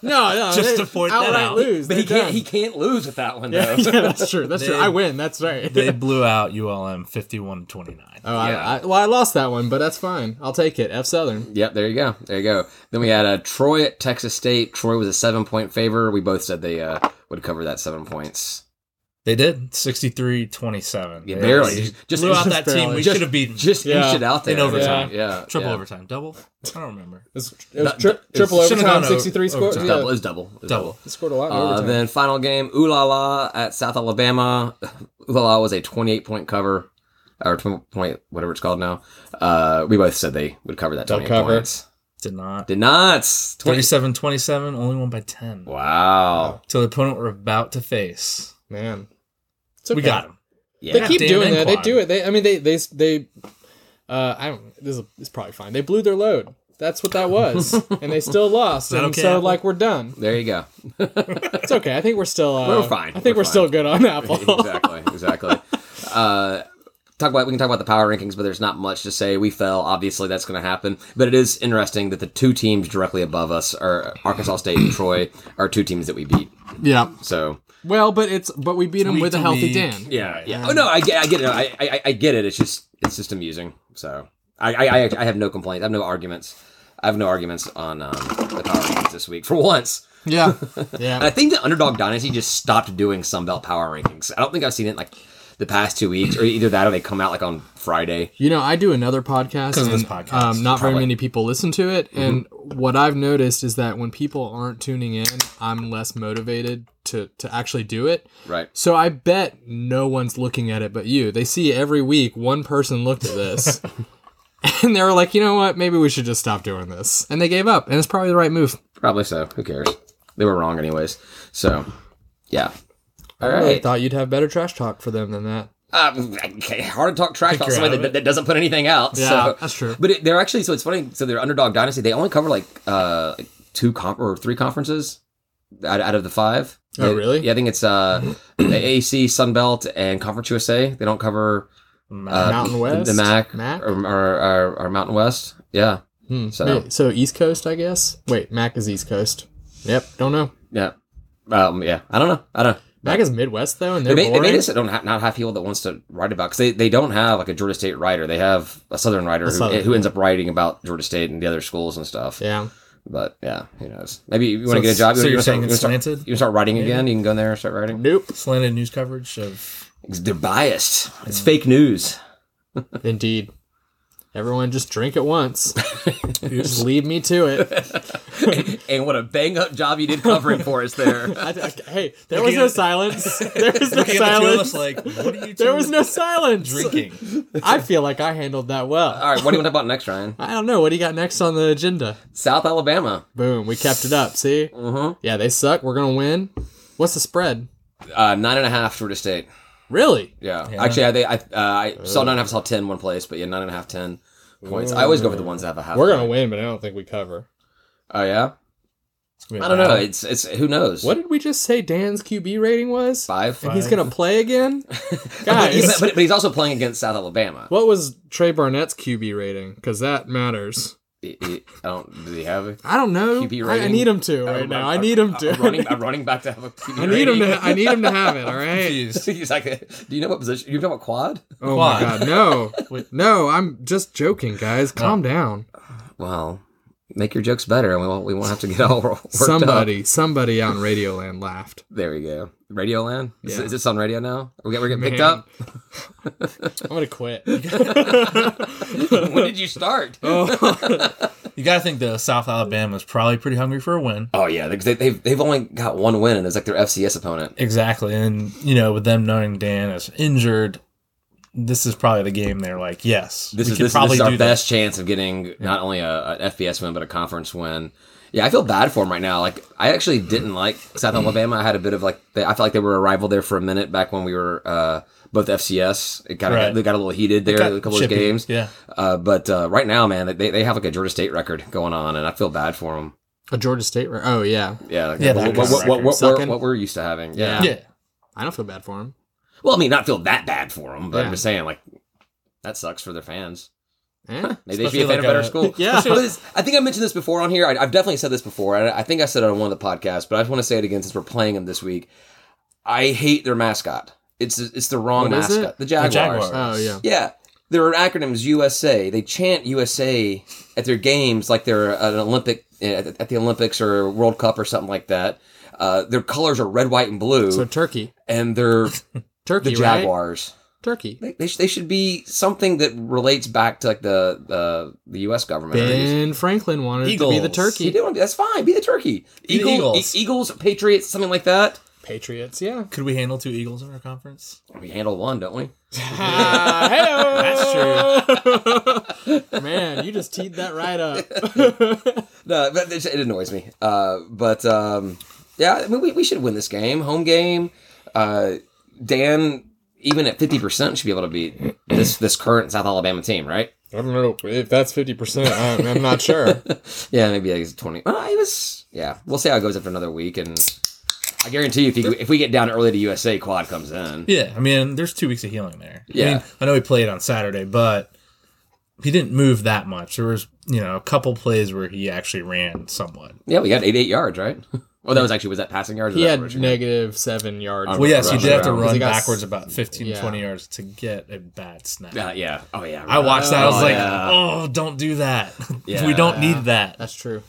Speaker 2: no. they
Speaker 3: Just to point that
Speaker 2: outright
Speaker 3: out.
Speaker 2: lose.
Speaker 1: But he
Speaker 2: They're
Speaker 1: can't.
Speaker 2: done.
Speaker 1: He can't lose with that one
Speaker 2: yeah,
Speaker 1: though.
Speaker 2: yeah, that's true. That's true.
Speaker 3: They-
Speaker 2: I win. That's right.
Speaker 3: They blew out ULM 51 29.
Speaker 2: oh, I,
Speaker 1: yeah.
Speaker 2: I, well, I lost that one, but that's fine. I'll take it. F Southern.
Speaker 1: Yep, there you go. There you go. Then we had uh, Troy at Texas State. Troy was a seven point favor. We both said they uh, would cover that seven points.
Speaker 3: They did 63 27.
Speaker 1: Yeah, barely.
Speaker 3: Just,
Speaker 1: Just, just
Speaker 3: blew out
Speaker 1: inch-
Speaker 3: that team. We
Speaker 2: Just-
Speaker 3: should have beaten.
Speaker 1: Just
Speaker 2: Yeah.
Speaker 1: inched it out there
Speaker 3: In overtime.
Speaker 1: Yeah, yeah.
Speaker 3: triple
Speaker 1: yeah.
Speaker 3: overtime. Double? I don't remember.
Speaker 2: It was,
Speaker 1: was
Speaker 2: tri-
Speaker 1: tri-
Speaker 2: triple
Speaker 3: shouldn't
Speaker 2: overtime,
Speaker 3: have gone over-
Speaker 2: 63 scored.
Speaker 3: overtime.
Speaker 2: Yeah.
Speaker 1: Double is double. It was
Speaker 3: Double.
Speaker 2: They scored a lot in
Speaker 1: Uh,
Speaker 2: overtime.
Speaker 1: then final game, Ooh La La at South Alabama. Ooh La La was a 28 point cover, or 20 point, whatever it's called now. Uh, we both said they would cover that
Speaker 2: They'll
Speaker 1: 28
Speaker 2: cover.
Speaker 1: points.
Speaker 3: Did not.
Speaker 1: Did not. 20.
Speaker 3: 27 27, only won by 10.
Speaker 1: Wow.
Speaker 3: To the opponent we're about to face.
Speaker 2: Man, It's
Speaker 3: We
Speaker 2: okay.
Speaker 3: got him.
Speaker 1: Yeah.
Speaker 2: They keep
Speaker 3: Damn
Speaker 2: doing that. They
Speaker 3: Anquan.
Speaker 2: do it. They, I mean, they, they, they. Uh, I don't. This is, this is probably fine. They blew their load. That's what that was, and they still lost.
Speaker 3: that
Speaker 2: And
Speaker 3: okay,
Speaker 2: so,
Speaker 3: Apple?
Speaker 2: like, we're done.
Speaker 1: there you go.
Speaker 2: It's okay. I think we're still. Uh,
Speaker 1: We're fine.
Speaker 2: I think
Speaker 1: We're
Speaker 2: we're,
Speaker 1: fine.
Speaker 2: still good on Apple.
Speaker 1: exactly. Exactly. Uh, Talk about we can talk about the power rankings, but there's not much to say. We fell, obviously that's going to happen. But it is interesting that the two teams directly above us are Arkansas State and Troy are two teams that we beat.
Speaker 2: yeah.
Speaker 1: So
Speaker 2: Well, but it's but we beat them
Speaker 3: week
Speaker 2: with a
Speaker 3: to
Speaker 2: healthy
Speaker 3: week.
Speaker 2: Dan.
Speaker 1: Yeah, yeah. Oh no, I get, I get it. I, I, I get it. It's just, it's just amusing. So I, I, I, I have no complaints. I have no arguments. I have no arguments on um, the power rankings this week for once.
Speaker 2: Yeah.
Speaker 1: And I
Speaker 2: Yeah.
Speaker 1: think the underdog dynasty just stopped doing Sunbelt power rankings. I don't think I've seen it in, like the past two weeks, or either that or they come out like on Friday.
Speaker 2: You know, I do another podcast.
Speaker 3: 'Cause of this
Speaker 2: and,
Speaker 3: podcast,
Speaker 2: Um, not very
Speaker 1: probably.
Speaker 2: many people listen to it. And what I've noticed is that when people aren't tuning in, I'm less motivated to, to actually do it.
Speaker 1: Right.
Speaker 2: So I bet no one's looking at it but you. They see every week one person looked at this. and they were like, you know what? Maybe we should just stop doing this. And they gave up. And it's probably the right move.
Speaker 1: Probably so. Who cares? They were wrong anyways. So, yeah. All
Speaker 2: I really
Speaker 1: right.
Speaker 2: thought you'd have better trash talk for them than that.
Speaker 1: Uh, okay, hard to talk trash about
Speaker 3: you're out
Speaker 1: somebody
Speaker 3: of
Speaker 1: that, that doesn't put anything out.
Speaker 2: Yeah,
Speaker 1: so.
Speaker 2: that's true.
Speaker 1: But it, they're actually so it's funny. So they're underdog dynasty. They only cover like uh like two comp or three conferences out, out of the five.
Speaker 2: Oh,
Speaker 1: They-
Speaker 2: really?
Speaker 1: Yeah, I think it's uh AAC, Sunbelt, and Conference USA. They don't cover uh,
Speaker 2: Mountain
Speaker 1: the-
Speaker 2: West?
Speaker 1: the MAC,
Speaker 2: MAC?
Speaker 1: Or, or, or, or Mountain West. Yeah,
Speaker 2: Hmm.
Speaker 1: So-
Speaker 2: Maybe- so East Coast, I guess. Wait, Mac is East Coast. Yep, don't know.
Speaker 1: yeah, um, yeah. I don't know. I don't. know.
Speaker 2: Mac is Midwest though, and they're
Speaker 1: They made, they
Speaker 2: boring.
Speaker 1: made us don't ha- not have people that wants to write about because they, they don't have like a Georgia State writer. They have a Southern writer who,
Speaker 2: Southern.
Speaker 1: who ends up writing about Georgia State and the other schools and stuff.
Speaker 2: yeah,
Speaker 1: But yeah, who knows? Maybe you want
Speaker 3: So
Speaker 1: to get a
Speaker 3: it's-
Speaker 1: job.
Speaker 3: so
Speaker 1: you
Speaker 3: you're
Speaker 1: wanna
Speaker 3: saying
Speaker 1: start,
Speaker 3: it's
Speaker 1: you wanna
Speaker 3: slanted?
Speaker 1: Start, you wanna start writing again. You can go in there and start writing.
Speaker 2: nope.
Speaker 3: slanted news coverage of.
Speaker 1: It's- They're biased. It's fake news.
Speaker 2: Indeed, everyone just drink it once. just lead me to it.
Speaker 1: and what a bang up job you did covering for us there.
Speaker 2: I, I- hey, there was no silence. There was no
Speaker 3: Looking at the two of us
Speaker 2: silence.
Speaker 3: like, what are you
Speaker 2: There
Speaker 3: two
Speaker 2: was no silence.
Speaker 3: drinking?
Speaker 2: I feel like I handled that well.
Speaker 1: All right, what do you want to talk about next, Ryan?
Speaker 2: I don't know. What do you got next on the agenda?
Speaker 1: South Alabama.
Speaker 2: Boom. We kept it up. See?
Speaker 1: Mm-hmm.
Speaker 2: Yeah, they suck. We're going to win. What's the spread?
Speaker 1: Uh, nine and a half Georgia State.
Speaker 2: Really?
Speaker 1: Yeah.
Speaker 3: Yeah.
Speaker 1: Actually, I, they, I, uh, I saw nine and a half, saw ten one place, but yeah, nine and a half, ten points. I always go for the ones that have a half.
Speaker 2: We're going to
Speaker 1: point.
Speaker 2: win, but I don't think we cover.
Speaker 1: Oh yeah. I don't know. It's it's who knows.
Speaker 2: What did we just say Dan's QB rating was?
Speaker 1: five?
Speaker 2: And he's
Speaker 3: Five.
Speaker 2: going to play again?
Speaker 1: But, he's-
Speaker 2: Guys.
Speaker 1: but, but he's also playing against South Alabama.
Speaker 2: What was Trey Barnett's QB rating? Because that matters.
Speaker 1: he- he- I don't. Does he have a
Speaker 2: I don't know.
Speaker 1: QB
Speaker 2: I, I
Speaker 1: rating?
Speaker 2: need him to right
Speaker 1: a-
Speaker 2: now.
Speaker 1: a-
Speaker 2: I need him
Speaker 1: a-
Speaker 2: to.
Speaker 1: A running, a running back to have a QB
Speaker 2: I need him
Speaker 1: rating?
Speaker 2: to. I need him to have it. All right.
Speaker 3: Confused.
Speaker 1: He's like, do you know what position? You know what quad?
Speaker 2: Oh
Speaker 3: Quad.
Speaker 2: my god, no, no! I'm just joking, guys. Calm down.
Speaker 1: Well, make your jokes better, and we won't, we won't have to get all worked up.
Speaker 2: Somebody, somebody out in Radioland laughed.
Speaker 1: There we go. Radio Land. Is,
Speaker 2: Yeah.
Speaker 1: is this on radio now? Are we get, we're getting picked
Speaker 2: Man.
Speaker 1: up.
Speaker 2: I'm gonna quit.
Speaker 1: when did you start? Oh,
Speaker 3: You gotta think though, South Alabama's probably pretty hungry for a win.
Speaker 1: Oh, yeah, because they, they've they've only got one win, and it's like their FCS opponent.
Speaker 3: Exactly, and you know, with them knowing Dan is injured, this is probably the game they're like, yes,
Speaker 1: This
Speaker 3: we
Speaker 1: is
Speaker 3: could
Speaker 1: this, this is our
Speaker 3: this.
Speaker 1: best chance of getting not only a, an FBS win but a conference win. Yeah, I feel bad for them right now. Like I actually didn't like South
Speaker 3: Mm-hmm.
Speaker 1: Alabama. I had a bit of like they, I felt like they were a rival there for a minute back when we were uh, both FCS. It kind of
Speaker 3: Right.
Speaker 1: they got a little heated there
Speaker 3: Got
Speaker 1: a couple
Speaker 3: chippy.
Speaker 1: of games.
Speaker 3: Yeah,
Speaker 1: Uh, but uh, right now, man, they, they have like a Georgia State record going on, and I feel bad for them.
Speaker 2: A Georgia State. Re- oh yeah,
Speaker 1: Yeah, like,
Speaker 3: Yeah,
Speaker 1: what, what,
Speaker 3: that
Speaker 1: what,
Speaker 3: record
Speaker 1: what, what, we're,
Speaker 2: sucking.
Speaker 1: what we're used to having.
Speaker 2: Yeah.
Speaker 1: Yeah.
Speaker 3: yeah.
Speaker 2: I don't feel bad for him.
Speaker 1: Well, I mean, not feel that bad for them, but
Speaker 2: Yeah.
Speaker 1: I'm just saying, like, that sucks for their fans.
Speaker 2: Eh?
Speaker 1: Maybe they should be a
Speaker 3: Especially
Speaker 1: fan of
Speaker 3: like
Speaker 1: better
Speaker 3: a-
Speaker 1: school.
Speaker 2: Yeah.
Speaker 1: But it's- I think I mentioned this before on here. I, I've definitely said this before. and I, I think I said it on one of the podcasts, but I just want to say it again since we're playing them this week. I hate their mascot. It's it's the wrong
Speaker 2: What is
Speaker 1: mascot.
Speaker 2: it?
Speaker 1: The Jaguars.
Speaker 3: Jaguars.
Speaker 2: Oh yeah.
Speaker 1: Yeah. Their acronyms USA. They chant USA at their games like they're an Olympic at at the Olympics or World Cup or something like that. Uh, their colors are red, white, and blue,
Speaker 2: So Turkey,
Speaker 1: and they're
Speaker 2: Turkey,
Speaker 1: the
Speaker 2: right?
Speaker 1: Jaguars.
Speaker 2: Turkey.
Speaker 1: They, they, sh- they should be something that relates back to like the the, the U.S. government. or these-
Speaker 2: Ben Franklin wanted to be the
Speaker 3: Eagles.
Speaker 1: You
Speaker 2: Turkey.
Speaker 1: don't want to- that's fine. Be the turkey.
Speaker 3: Be the
Speaker 1: Eagle-
Speaker 3: Eagles.
Speaker 1: E- Eagles, Patriots, something like that.
Speaker 2: Patriots. Yeah.
Speaker 3: Could we handle two Eagles in our conference?
Speaker 1: We handle one, don't we?
Speaker 2: That's true. Man, you just teed that right up.
Speaker 1: No, but it, it annoys me. Uh, but um, yeah, I mean, we, we should win this game, home game. Uh, Dan, even at fifty percent, should be able to beat this this current South Alabama team, right?
Speaker 2: I don't know if that's fifty percent. I'm not sure.
Speaker 1: Yeah, maybe he's twenty. Uh, it was yeah. We'll see how it goes after another week, and I guarantee you, if, you, if we get down early to USA, Quad comes in.
Speaker 3: Yeah, I mean, there's two weeks of healing there. I, mean,
Speaker 1: Yeah.
Speaker 3: I know he played on Saturday, but he didn't move that much. There was, you know, a couple plays where he actually ran somewhat.
Speaker 1: Yeah, we got eighty eight yards, right? Well, that was actually was that passing yards? or
Speaker 2: He
Speaker 1: that
Speaker 2: had
Speaker 1: rushing?
Speaker 2: negative seven yards.
Speaker 1: Well,
Speaker 3: Well, yes, he
Speaker 1: Rushing
Speaker 3: did have to
Speaker 1: around.
Speaker 2: Because
Speaker 3: run
Speaker 2: he got s-
Speaker 3: backwards about 15,
Speaker 2: Yeah.
Speaker 3: 20 yards to get a bad snap.
Speaker 1: Uh, yeah. Oh yeah.
Speaker 3: I watched that. I was
Speaker 1: Oh,
Speaker 3: like,
Speaker 1: yeah.
Speaker 3: oh, don't do that.
Speaker 1: Yeah.
Speaker 3: we don't need that.
Speaker 2: That's true.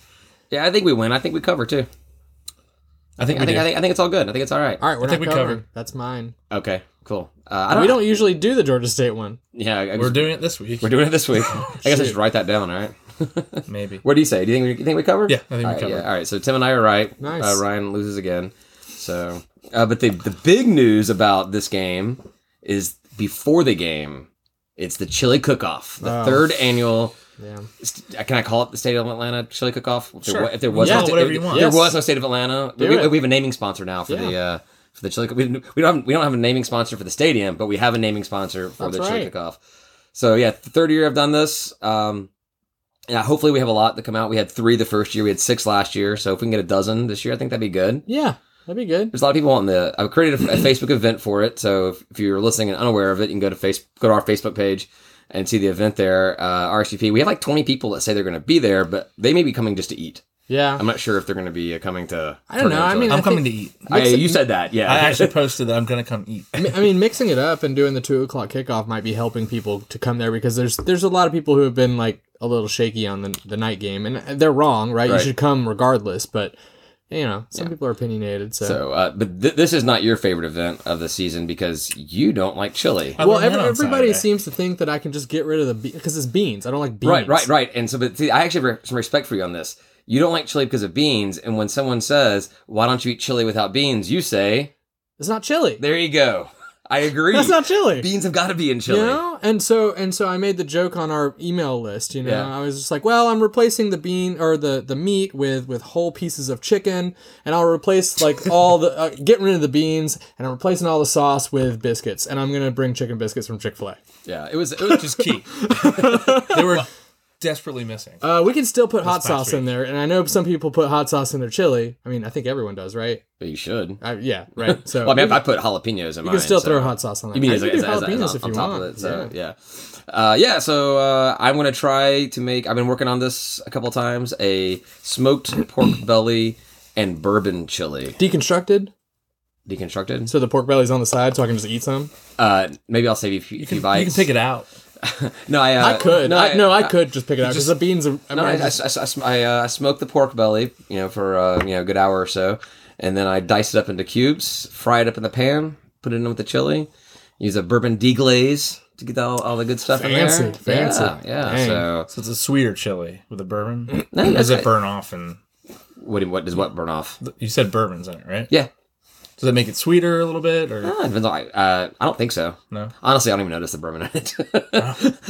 Speaker 1: Yeah, I think we win. I think we cover too.
Speaker 3: I think
Speaker 1: I
Speaker 3: we
Speaker 1: think
Speaker 3: do.
Speaker 1: I think I think it's all good. I think it's all right.
Speaker 2: All right, we're
Speaker 3: I think
Speaker 2: not
Speaker 3: we
Speaker 2: covering.
Speaker 3: covered.
Speaker 2: That's mine.
Speaker 1: Okay. Cool. Uh, I don't.
Speaker 2: We don't usually do the Georgia State one.
Speaker 1: Yeah, I guess
Speaker 3: We're doing it this week.
Speaker 1: we're doing it this week. I guess I should write that down. All right.
Speaker 3: Maybe.
Speaker 1: What do you say? Do you think we, you think we covered?
Speaker 3: Yeah, I think we
Speaker 1: All right,
Speaker 3: covered.
Speaker 1: yeah. All right. So Tim and I are right.
Speaker 2: Nice.
Speaker 1: Uh, Ryan loses again. So, uh, but the the big news about this game is before the game. It's the Chili Cook-Off, the
Speaker 2: Oh.
Speaker 1: third annual.
Speaker 2: Yeah.
Speaker 1: st- Can I call it the State of Atlanta Chili Cook-Off? If there
Speaker 3: Sure.
Speaker 1: wa- If there was,
Speaker 3: Yeah,
Speaker 1: no, sta-
Speaker 3: whatever you want.
Speaker 1: There
Speaker 2: Yes.
Speaker 1: was no State of Atlanta. We,
Speaker 2: Do
Speaker 1: we-
Speaker 2: it.
Speaker 1: we have a naming sponsor now for the.
Speaker 2: Yeah.
Speaker 1: Uh, for the chili, Cook- we, we don't have, we don't have a naming sponsor for the stadium, but we have a naming sponsor for
Speaker 2: That's
Speaker 1: the chili
Speaker 2: right.
Speaker 1: cook-off. So yeah, the third year I've done this. Um, yeah, hopefully we have a lot that come out. We had three the first year, we had six last year. So if we can get a dozen this year, I think that'd be good.
Speaker 2: Yeah, that'd be good.
Speaker 1: There's a lot of people wanting the. I've created a, a Facebook event for it. So if, if you're listening and unaware of it, you can go to face go to our Facebook page and see the event there. Uh, RSVP. We have like 20 people that say they're going to be there, but they may be coming just to eat.
Speaker 2: Yeah.
Speaker 1: I'm not sure if they're going to be uh, coming to.
Speaker 2: I don't know. I mean,
Speaker 3: I'm
Speaker 2: I
Speaker 3: coming
Speaker 2: think-
Speaker 3: to eat.
Speaker 1: I, you said that. Yeah.
Speaker 3: I actually posted that I'm going to come eat.
Speaker 2: I mean- I mean, mixing it up and doing the two o'clock kickoff might be helping people to come there because there's there's a lot of people who have been like a little shaky on the the night game, and they're wrong, right?
Speaker 1: Right.
Speaker 2: You should come regardless, but you know, some people are opinionated, so.
Speaker 1: So, uh, but th- this is not your favorite event of the season because you don't like chili.
Speaker 3: I
Speaker 2: well,
Speaker 3: learned that
Speaker 2: every,
Speaker 3: on
Speaker 2: everybody
Speaker 3: Saturday.
Speaker 2: seems to think that I can just get rid of the because it's beans. I don't like beans.
Speaker 1: Right, right, right. And so, but see, I actually have some respect for you on this. You don't like chili because of beans, and when someone says, "Why don't you eat chili without beans?" you say,
Speaker 2: It's not chili.
Speaker 1: "There you go." I agree.
Speaker 2: That's not chili.
Speaker 1: beans have got to be in
Speaker 2: you
Speaker 1: chili.
Speaker 2: know and so and so i made the joke on our email list you know
Speaker 1: Yeah.
Speaker 2: i was just like well i'm replacing the bean or the the meat with with whole pieces of chicken and i'll replace like all the uh, getting rid of the beans and i'm replacing all the sauce with biscuits and i'm gonna bring chicken biscuits from chick-fil-a
Speaker 1: Yeah, it was. It was just
Speaker 3: key. there were desperately missing.
Speaker 2: Uh, we can still put hot
Speaker 3: past
Speaker 2: sauce in
Speaker 3: week.
Speaker 2: there, and I know some people put hot sauce in their chili. I mean, I think everyone does, right?
Speaker 1: But you should.
Speaker 2: I, yeah, right. So
Speaker 1: Well, I mean,
Speaker 2: you,
Speaker 1: I put jalapenos in
Speaker 2: Oh, you
Speaker 1: mine.
Speaker 2: can still
Speaker 1: so-
Speaker 2: throw hot sauce on that.
Speaker 1: You mean
Speaker 2: I
Speaker 1: as,
Speaker 2: can
Speaker 1: as,
Speaker 2: do
Speaker 1: as,
Speaker 2: jalapenos
Speaker 1: as,
Speaker 2: if
Speaker 1: on
Speaker 2: you
Speaker 1: top
Speaker 2: want.
Speaker 1: of it? So yeah, uh, yeah. So uh, I'm gonna try to make. I've been working on this a couple times. A smoked pork belly and bourbon chili
Speaker 2: Deconstructed,
Speaker 1: deconstructed.
Speaker 2: so the pork belly's on the side, so I can just eat some.
Speaker 1: Uh, maybe I'll save you a few,
Speaker 3: You can,
Speaker 1: few
Speaker 3: you
Speaker 1: bites.
Speaker 3: can take it out.
Speaker 1: No, I, uh,
Speaker 2: I could.
Speaker 1: No,
Speaker 2: I, no, I could just pick it out because
Speaker 3: just-
Speaker 2: the beans are. I
Speaker 1: No, I,
Speaker 2: mean,
Speaker 1: I,
Speaker 2: I
Speaker 1: I-
Speaker 2: just-
Speaker 1: I, uh, I smoked the pork belly, you know, for uh, you know a good hour or so, and then I diced it up into cubes, fry it up in the pan, put it in with the chili, use a bourbon deglaze to get all, all the good stuff in there.
Speaker 2: Fancy, fancy.
Speaker 1: yeah. yeah,
Speaker 2: Dang.
Speaker 1: So
Speaker 3: So it's a sweeter chili with a bourbon.
Speaker 1: No,
Speaker 3: does
Speaker 1: that's-
Speaker 3: it burn off? And
Speaker 1: what what does what burn off?
Speaker 3: you said bourbon's in it, right?
Speaker 1: Yeah,
Speaker 3: Does that make it sweeter a little bit, or
Speaker 1: Ah, it depends on- uh, I don't think so.
Speaker 3: no?
Speaker 1: Honestly, I don't even notice the bourbon in it,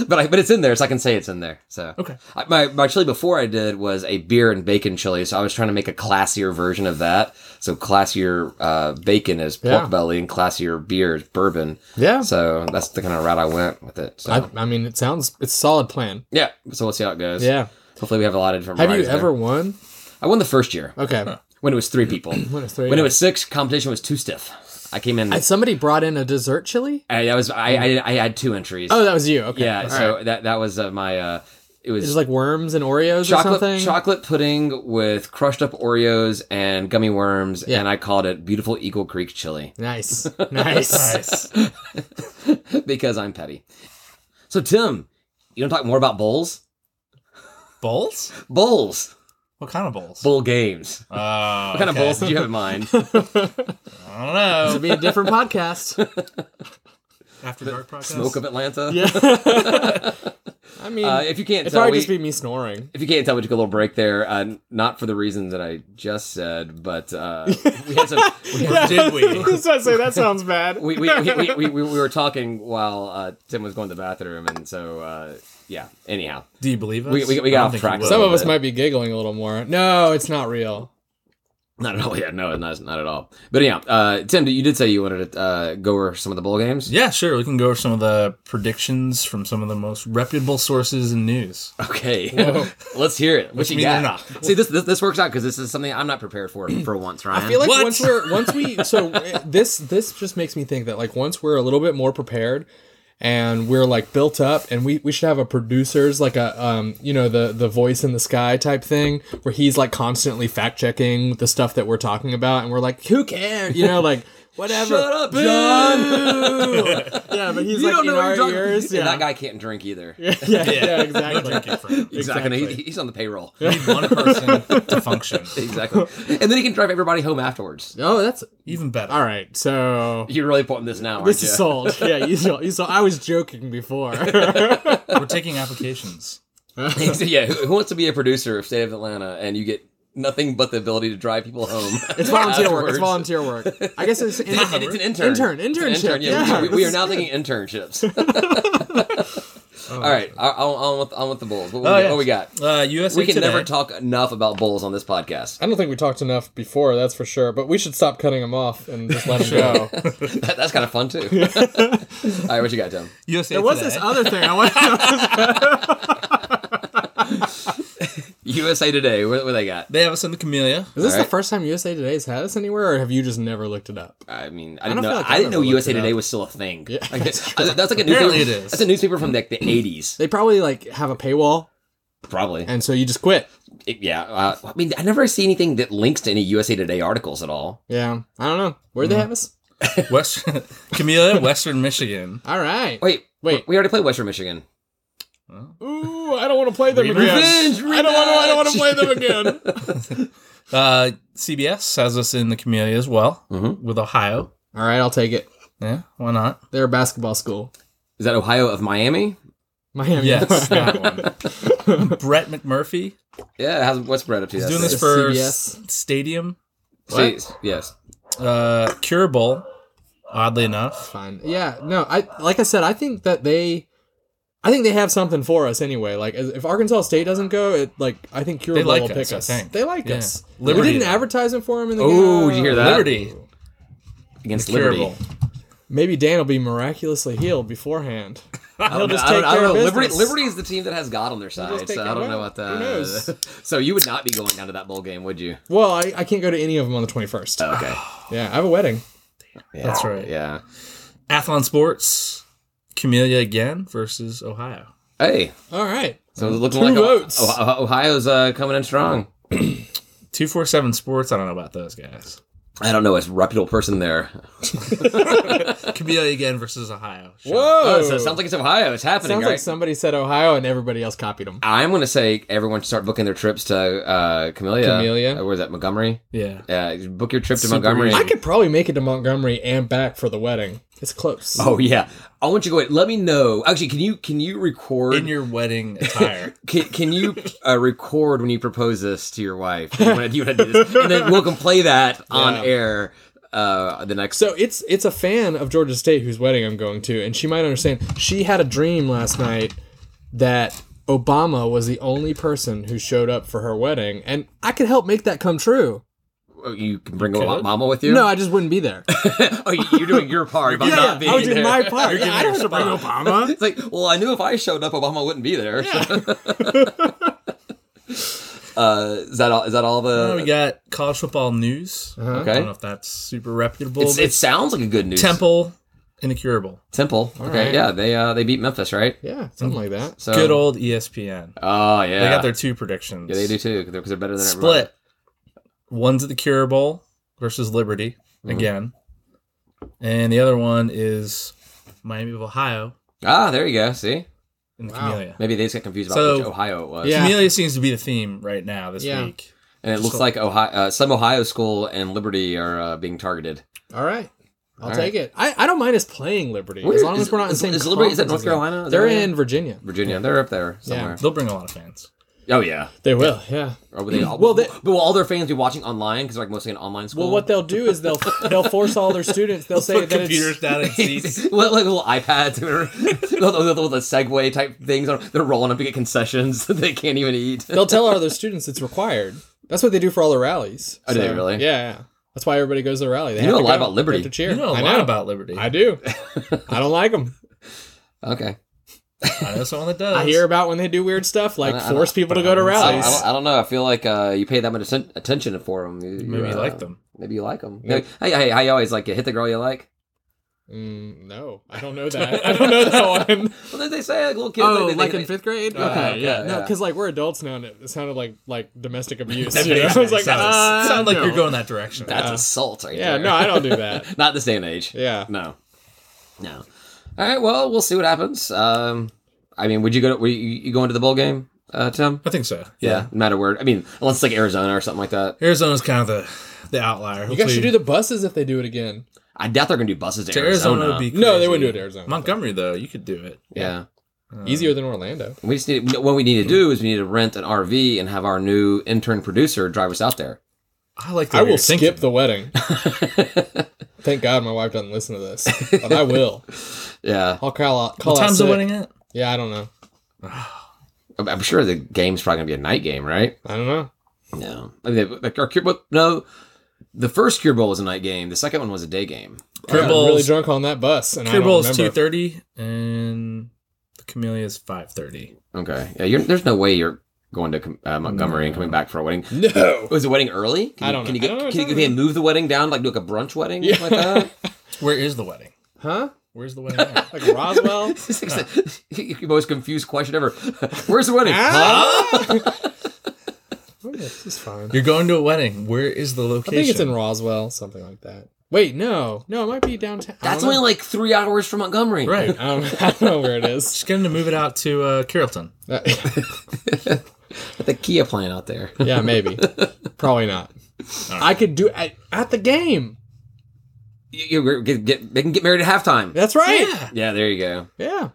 Speaker 1: but I, but it's in there, so I can say it's in there. So
Speaker 3: Okay.
Speaker 1: I, my my chili before I did was a beer and bacon chili, so I was trying to make a classier version of that. So classier uh, bacon is pork
Speaker 2: Yeah.
Speaker 1: belly, and classier beer is bourbon.
Speaker 2: yeah.
Speaker 1: So that's the kind of route I went with it. So
Speaker 2: I, I mean, it sounds it's a solid plan.
Speaker 1: yeah, so we'll see how it goes.
Speaker 2: Yeah.
Speaker 1: hopefully we have a lot of different.
Speaker 2: Have you
Speaker 1: varieties there.
Speaker 2: ever won?
Speaker 1: I won the first year
Speaker 2: Okay.
Speaker 1: when it was three people.
Speaker 2: When it's three.
Speaker 1: when it was six, competition was too stiff. I came in.
Speaker 2: Uh,
Speaker 1: I,
Speaker 2: somebody brought in a dessert chili.
Speaker 1: I was I, I I had two entries.
Speaker 2: Oh, that was you. Okay.
Speaker 1: Yeah,
Speaker 2: All
Speaker 1: so
Speaker 2: right.
Speaker 1: that that was uh, my uh, it
Speaker 2: It's
Speaker 1: was
Speaker 2: just like worms and Oreos or
Speaker 1: chocolate
Speaker 2: something.
Speaker 1: chocolate pudding with crushed up Oreos and gummy worms,
Speaker 2: Yeah.
Speaker 1: and I called it beautiful Eagle Creek chili
Speaker 2: nice, nice.
Speaker 3: Nice.
Speaker 1: because I'm petty. So Tim, you want to talk more about bowls?
Speaker 3: bowls?
Speaker 1: Bowls,
Speaker 3: What kind of bowls?
Speaker 1: bowl games.
Speaker 3: Oh,
Speaker 1: What kind of bowls did you have in mind?
Speaker 3: I don't know.
Speaker 2: It'll be a different podcast.
Speaker 3: After dark podcast.
Speaker 1: Smoke of Atlanta.
Speaker 2: Yeah. I mean,
Speaker 1: Uh, if you can't
Speaker 2: it'd
Speaker 1: tell,
Speaker 2: probably
Speaker 1: we,
Speaker 2: just be me snoring.
Speaker 1: if you can't tell, we took a little break there. Uh, not for the reasons that I just said, but uh, we had some. We had
Speaker 3: Did we?
Speaker 2: That's what I say. That sounds bad.
Speaker 1: we, we, we, we, we, we were talking while uh, Tim was going to the bathroom, and so uh, yeah. Anyhow,
Speaker 3: Do you believe us?
Speaker 1: We- we- we
Speaker 3: I
Speaker 1: got
Speaker 3: don't
Speaker 1: off
Speaker 3: think
Speaker 1: track.
Speaker 3: you
Speaker 2: Some
Speaker 3: will.
Speaker 2: of us might be giggling a little more. No, it's not real.
Speaker 1: not at all. Yeah, no, not not at all. But anyhow, uh, Tim, you did say you wanted to uh, go over some of the bowl games.
Speaker 3: Yeah, sure. We can go over some of the predictions from some of the most reputable sources and news.
Speaker 1: Okay, let's hear it. What
Speaker 3: Which
Speaker 1: you
Speaker 3: means
Speaker 1: got?
Speaker 3: they're not.
Speaker 1: See, this, this this works out because this is something I'm not prepared for for once, Ryan.
Speaker 2: I feel like
Speaker 3: What?
Speaker 2: once we're once we so uh, this this just makes me think that like once we're a little bit more prepared and we're like built up and we we should have a producers like a um you know the the voice in the sky type thing where he's like constantly fact checking the stuff that we're talking about and we're like who cares you know like whatever
Speaker 1: Shut up,
Speaker 2: John yeah but he's
Speaker 1: you
Speaker 2: like
Speaker 1: don't
Speaker 2: in
Speaker 1: know what
Speaker 2: our
Speaker 1: you're talking.
Speaker 2: ears
Speaker 1: and
Speaker 2: yeah.
Speaker 1: that guy can't drink either.
Speaker 2: yeah yeah yeah
Speaker 3: No
Speaker 2: exactly
Speaker 3: drinking for him.
Speaker 1: Exactly.
Speaker 2: exactly.
Speaker 1: He- he's on the payroll.
Speaker 3: We need one person to function.
Speaker 1: exactly. And then he can drive everybody home afterwards.
Speaker 2: oh that's
Speaker 3: Even better.
Speaker 2: all right so
Speaker 1: You're really pointing this now, aren't
Speaker 2: this
Speaker 1: you?
Speaker 2: is sold yeah you saw, you saw I was joking before.
Speaker 3: We're taking applications.
Speaker 1: yeah, who, who wants to be a producer of State of Atlanta and you get nothing but the ability to drive people home?
Speaker 2: It's volunteer work.
Speaker 1: afterwards?
Speaker 2: It's volunteer work. I guess it's,
Speaker 1: And- and it's an intern.
Speaker 2: Intern,
Speaker 1: It's an
Speaker 2: internship, yeah.
Speaker 1: we, we are now thinking internships. All right, I- I'll, I'll, with, I'll with the Bulls. What, we-
Speaker 3: Oh, yeah.
Speaker 1: what we got?
Speaker 3: Uh, USA
Speaker 1: We can
Speaker 3: Today.
Speaker 1: never talk enough about Bulls on this podcast.
Speaker 2: I don't think we talked enough before, that's for sure. But we should stop cutting them off and just let them go.
Speaker 1: That, that's kind of fun, too. All right, what you got, Tim?
Speaker 3: USA
Speaker 2: there was
Speaker 3: Today.
Speaker 2: this other thing I want. to
Speaker 1: USA Today, what, what they got?
Speaker 3: They have us in the Camellia.
Speaker 2: Is this
Speaker 1: All right.
Speaker 2: the first time USA Today's had us anywhere, or have you just never looked it up?
Speaker 1: I mean, I didn't
Speaker 2: don't
Speaker 1: know.
Speaker 2: feel like
Speaker 1: I
Speaker 2: I've
Speaker 1: didn't know
Speaker 2: ever looked
Speaker 1: USA
Speaker 2: it
Speaker 1: Today
Speaker 2: up.
Speaker 1: was still a thing. Like, I- that's like a newspaper.
Speaker 3: Apparently it is.
Speaker 1: That's a newspaper from like the '80s,
Speaker 2: They probably like have a paywall,
Speaker 1: probably.
Speaker 2: and so you just quit.
Speaker 1: It- yeah, uh, I mean, I never see anything that links to any USA Today articles at all.
Speaker 2: Yeah, I don't know. Where'd they have us?
Speaker 3: West Camellia, Western Michigan.
Speaker 2: All right.
Speaker 1: Wait,
Speaker 2: Wait.
Speaker 1: we already played Western Michigan.
Speaker 2: Ooh, I don't want to play them
Speaker 3: Revenge,
Speaker 2: again. I don't want to. I don't want to play them again.
Speaker 3: Uh, CBS has us in the Camellia as well
Speaker 1: Mhm.
Speaker 3: with Ohio.
Speaker 2: All right, I'll take it.
Speaker 3: Yeah, why not?
Speaker 2: They're a basketball school.
Speaker 1: Is that Ohio of Miami?
Speaker 2: Miami.
Speaker 3: Yes, that one. Brett McMurphy
Speaker 1: Yeah, how's, what's Brett up to?
Speaker 3: is
Speaker 1: that
Speaker 3: doing
Speaker 1: day?
Speaker 3: this for
Speaker 2: CBS.
Speaker 3: S- Stadium.
Speaker 1: See, yes.
Speaker 3: Uh, curable, oddly enough.
Speaker 2: fine. Yeah, no, I like I said, I think that they, I think they have something for us anyway. Like as- if Arkansas State doesn't go, it like I think Curable
Speaker 3: like
Speaker 2: will
Speaker 3: us,
Speaker 2: pick us.
Speaker 3: I think.
Speaker 2: They like
Speaker 3: Yeah.
Speaker 2: us.
Speaker 3: Liberty,
Speaker 2: they didn't
Speaker 3: though.
Speaker 2: advertise him for him in the
Speaker 1: Oh,
Speaker 2: game.
Speaker 1: did you hear that?
Speaker 3: Liberty,
Speaker 1: Against Liberty.
Speaker 3: curable.
Speaker 2: Maybe Dan will be miraculously healed beforehand.
Speaker 1: I don't, know,
Speaker 2: just
Speaker 1: I don't,
Speaker 2: take
Speaker 1: I don't
Speaker 2: care of
Speaker 1: know. Liberty,
Speaker 2: business.
Speaker 1: Liberty is the team that has God on their
Speaker 2: just
Speaker 1: side,
Speaker 2: take
Speaker 1: so
Speaker 2: care-
Speaker 1: I don't know
Speaker 2: well,
Speaker 1: about
Speaker 2: who knows?
Speaker 1: that. so you would not be going down to that bowl game, would you?
Speaker 2: Well, I, I can't go to any of them on the 21st.
Speaker 1: Okay,
Speaker 2: Yeah, I have a wedding.
Speaker 1: Yeah.
Speaker 3: That's right.
Speaker 1: Yeah.
Speaker 3: Athlon Sports, Camellia again versus Ohio.
Speaker 1: Hey,
Speaker 2: All right.
Speaker 1: so it's looking
Speaker 2: Two
Speaker 1: like O-
Speaker 2: votes.
Speaker 1: O- Ohio's uh, coming in strong.
Speaker 3: 247 Sports, I don't know about those guys.
Speaker 2: Oh.
Speaker 1: I don't know. It's a reputable person there.
Speaker 3: Camellia again versus Ohio. Sure.
Speaker 2: Whoa.
Speaker 1: Oh, so it sounds like it's Ohio. It's happening,
Speaker 2: Sounds
Speaker 1: right?
Speaker 2: like somebody said Ohio and everybody else copied them.
Speaker 1: I'm going to say everyone should start booking their trips to uh, Camellia.
Speaker 2: Camellia.
Speaker 1: Uh, Where's that? Montgomery.
Speaker 3: Yeah.
Speaker 1: Yeah, book your trip to
Speaker 3: Super
Speaker 1: Montgomery.
Speaker 3: easy.
Speaker 2: I could probably make it to Montgomery and back for the wedding. It's close.
Speaker 1: Oh yeah, I want you to go. Ahead. Let me know. Actually, can you can you record
Speaker 3: In your wedding attire.
Speaker 1: Can, can you uh, record when you propose this to your wife? Do you want to do this? And then we'll can play that on
Speaker 2: Yeah.
Speaker 1: air uh, the next.
Speaker 2: So it's it's a fan of Georgia State whose wedding I'm going to, and she might understand. She had a dream last night that Obama was the only person who showed up for her wedding, and I could help make that come true.
Speaker 1: oh, you can bring
Speaker 3: Okay.
Speaker 1: Mama with you.
Speaker 2: No, I just wouldn't be there.
Speaker 1: oh, you- you're doing your part by not being
Speaker 2: I would do
Speaker 1: there.
Speaker 2: my part. Yeah, I don't
Speaker 3: your
Speaker 2: wanna bring Obama.
Speaker 1: It's like, well, I knew if I showed up, Obama wouldn't be there. uh, is that all? Is that all
Speaker 3: Uh,
Speaker 1: the?
Speaker 3: we got college football news.
Speaker 2: Uh-huh.
Speaker 3: I don't know
Speaker 1: okay.
Speaker 3: if that's super reputable.
Speaker 1: It's,
Speaker 3: but
Speaker 1: it sounds like a good news.
Speaker 3: Temple, Incurable.
Speaker 1: Temple. Okay.
Speaker 2: right.
Speaker 1: Yeah, they uh, they beat Memphis, right?
Speaker 2: Yeah, something like that.
Speaker 1: So
Speaker 3: Good old E ESPN.
Speaker 1: Oh yeah.
Speaker 3: They got their two predictions.
Speaker 1: Yeah, they do too because they're better than everyone.
Speaker 3: Split. One's at the Cure Bowl versus Liberty
Speaker 1: Mm-hmm.
Speaker 3: again, and the other one is Miami of Ohio
Speaker 1: Ah, there you go. See,
Speaker 3: in the
Speaker 2: Wow.
Speaker 3: Camellia.
Speaker 1: maybe they just got confused about
Speaker 3: So-
Speaker 1: which Ohio it was.
Speaker 2: Yeah.
Speaker 3: Camellia seems to be the theme right now this
Speaker 2: Yeah.
Speaker 3: week.
Speaker 1: And it looks
Speaker 3: So-
Speaker 1: like Ohio, uh, some Ohio school and Liberty are uh, being targeted.
Speaker 2: All right. I'll
Speaker 1: All
Speaker 2: take it. I, I don't mind us playing Liberty
Speaker 1: Where
Speaker 2: as long
Speaker 1: is-
Speaker 2: as we're not in the
Speaker 1: is-
Speaker 2: same.
Speaker 1: is Liberty- is that
Speaker 2: conference
Speaker 1: North
Speaker 2: as them.
Speaker 1: Carolina? Is
Speaker 2: They're
Speaker 1: that right?
Speaker 2: in Virginia.
Speaker 1: Virginia, they're up there somewhere.
Speaker 3: They'll bring a lot of fans.
Speaker 1: Oh yeah.
Speaker 2: They will. Yeah.
Speaker 1: Or will they all,
Speaker 2: Well,
Speaker 1: well,
Speaker 2: they-
Speaker 1: will all their fans be watching online because like mostly an online school?
Speaker 2: Well, what they'll do is they'll they'll force all their students. They'll say
Speaker 3: Put
Speaker 2: that
Speaker 3: computers
Speaker 2: it's
Speaker 3: down in seats.
Speaker 1: Well, like little iPads or little, little, little- the Segway type things. on- They're rolling up to get concessions that they can't even eat.
Speaker 2: They'll tell all their students it's required. That's what they do for all the rallies.
Speaker 1: Oh, do they really?
Speaker 2: Yeah, yeah. That's why everybody goes to the rally. They
Speaker 1: You
Speaker 2: have
Speaker 1: know
Speaker 2: to
Speaker 1: a lot
Speaker 2: go.
Speaker 1: about Liberty.
Speaker 2: They have to cheer.
Speaker 3: You know a
Speaker 2: I
Speaker 3: lot
Speaker 2: know.
Speaker 3: about Liberty.
Speaker 2: I
Speaker 3: I,
Speaker 2: do. I don't like them.
Speaker 1: Okay.
Speaker 3: know someone that does.
Speaker 2: I hear about when they do weird stuff, like
Speaker 1: I don't-
Speaker 2: force people to go to
Speaker 3: I
Speaker 1: I,
Speaker 3: don't-
Speaker 1: I
Speaker 2: rallies.
Speaker 1: don't, I don't know. I feel like uh, you pay that much atten- attention for them. You,
Speaker 3: Maybe you
Speaker 1: uh,
Speaker 3: like them.
Speaker 1: Maybe you like them.
Speaker 2: Yeah.
Speaker 1: Hey, hey, how you always like hit the girl you like?
Speaker 2: Mm, no, I don't know that. I don't know that one.
Speaker 1: Well, did they say like little kids?
Speaker 2: Oh,
Speaker 1: they- they-
Speaker 2: like
Speaker 1: they-
Speaker 2: in fifth grade?
Speaker 1: Yeah,
Speaker 2: okay,
Speaker 1: okay,
Speaker 2: yeah. No,
Speaker 1: yeah.
Speaker 2: because like we're adults now, and it, it sounded like like domestic abuse.
Speaker 3: That
Speaker 2: you know?
Speaker 3: makes
Speaker 2: I was like,
Speaker 3: sound,
Speaker 2: uh,
Speaker 3: sound like you're
Speaker 2: no.
Speaker 3: going that direction.
Speaker 1: That's
Speaker 2: Yeah.
Speaker 1: assault right
Speaker 2: Yeah,
Speaker 1: there.
Speaker 2: no, I don't do that.
Speaker 1: Not this day and age.
Speaker 2: Yeah.
Speaker 1: No. No. All right. Well, we'll see what happens. Um, I mean, would you go? To, were you, you going to the bowl game, uh, Tim?
Speaker 3: I think so.
Speaker 1: No matter where. I mean, unless it's like Arizona or something like that.
Speaker 3: Arizona's kind of the the outlier.
Speaker 2: You guys should do the buses if they do it again.
Speaker 1: I doubt they're gonna do buses to,
Speaker 3: to
Speaker 1: Arizona.
Speaker 3: Arizona. would be
Speaker 2: No, they
Speaker 3: crazy.
Speaker 2: wouldn't do it to Arizona.
Speaker 3: Montgomery though, you could do it.
Speaker 1: yeah.
Speaker 2: Easier than Orlando.
Speaker 1: We just need. What we need to do is we need to rent an RV and have our new intern producer drive us out there.
Speaker 3: I like. The
Speaker 2: I
Speaker 3: way
Speaker 2: will
Speaker 3: you're
Speaker 2: skip
Speaker 3: thinking.
Speaker 2: the wedding. Thank God my wife doesn't listen to this, but I will.
Speaker 1: Yeah.
Speaker 2: I'll call out. Call
Speaker 3: What
Speaker 2: out
Speaker 3: time's the
Speaker 2: sick.
Speaker 3: wedding at?
Speaker 2: Yeah, I don't know.
Speaker 1: I'm- I'm sure the game's probably gonna be a night game, right?
Speaker 2: I don't know.
Speaker 1: No. I mean, like our Cure Bowl. No. The first Cure Bowl was a night game. The second one was a day game.
Speaker 2: I
Speaker 3: Cure
Speaker 2: got really
Speaker 3: Bowl's
Speaker 2: drunk on that bus, and I
Speaker 3: Cure
Speaker 2: don't
Speaker 3: Bowl is two
Speaker 2: remember.
Speaker 3: thirty, and the Camellia is five thirty.
Speaker 1: Okay. Yeah, you're, there's no way you're going to Com- uh, Montgomery and coming back for a wedding.
Speaker 2: No.
Speaker 1: Was the wedding early? Can
Speaker 2: I
Speaker 1: you-
Speaker 2: don't
Speaker 1: Can you
Speaker 2: know.
Speaker 1: get,
Speaker 2: I don't know
Speaker 1: can, you,
Speaker 2: what's
Speaker 1: can they move the wedding down like do like a brunch wedding yeah. like that?
Speaker 3: Where is the wedding?
Speaker 2: Huh?
Speaker 3: Where's the wedding? At?
Speaker 2: Like Roswell?
Speaker 1: It's like the the most confused question ever. Where's the wedding?
Speaker 2: ah! Oh, yeah, this is fine.
Speaker 3: You're going to a wedding. Where is the
Speaker 2: I
Speaker 3: location?
Speaker 2: think it's in Roswell, something like that. Wait, no, no, it might be downtown. I
Speaker 1: That's
Speaker 2: don't
Speaker 1: only
Speaker 2: know.
Speaker 1: like three hours from Montgomery.
Speaker 3: right.
Speaker 2: I don't, I don't know where it is.
Speaker 3: Just get him to move it out to uh, Carrollton.
Speaker 2: Uh,
Speaker 1: With the Kia plant out there.
Speaker 2: yeah, maybe. Probably not. I could do at, at the game.
Speaker 1: you, you get, get, they can get married at halftime.
Speaker 2: That's right.
Speaker 1: Yeah, there you go.
Speaker 2: Yeah.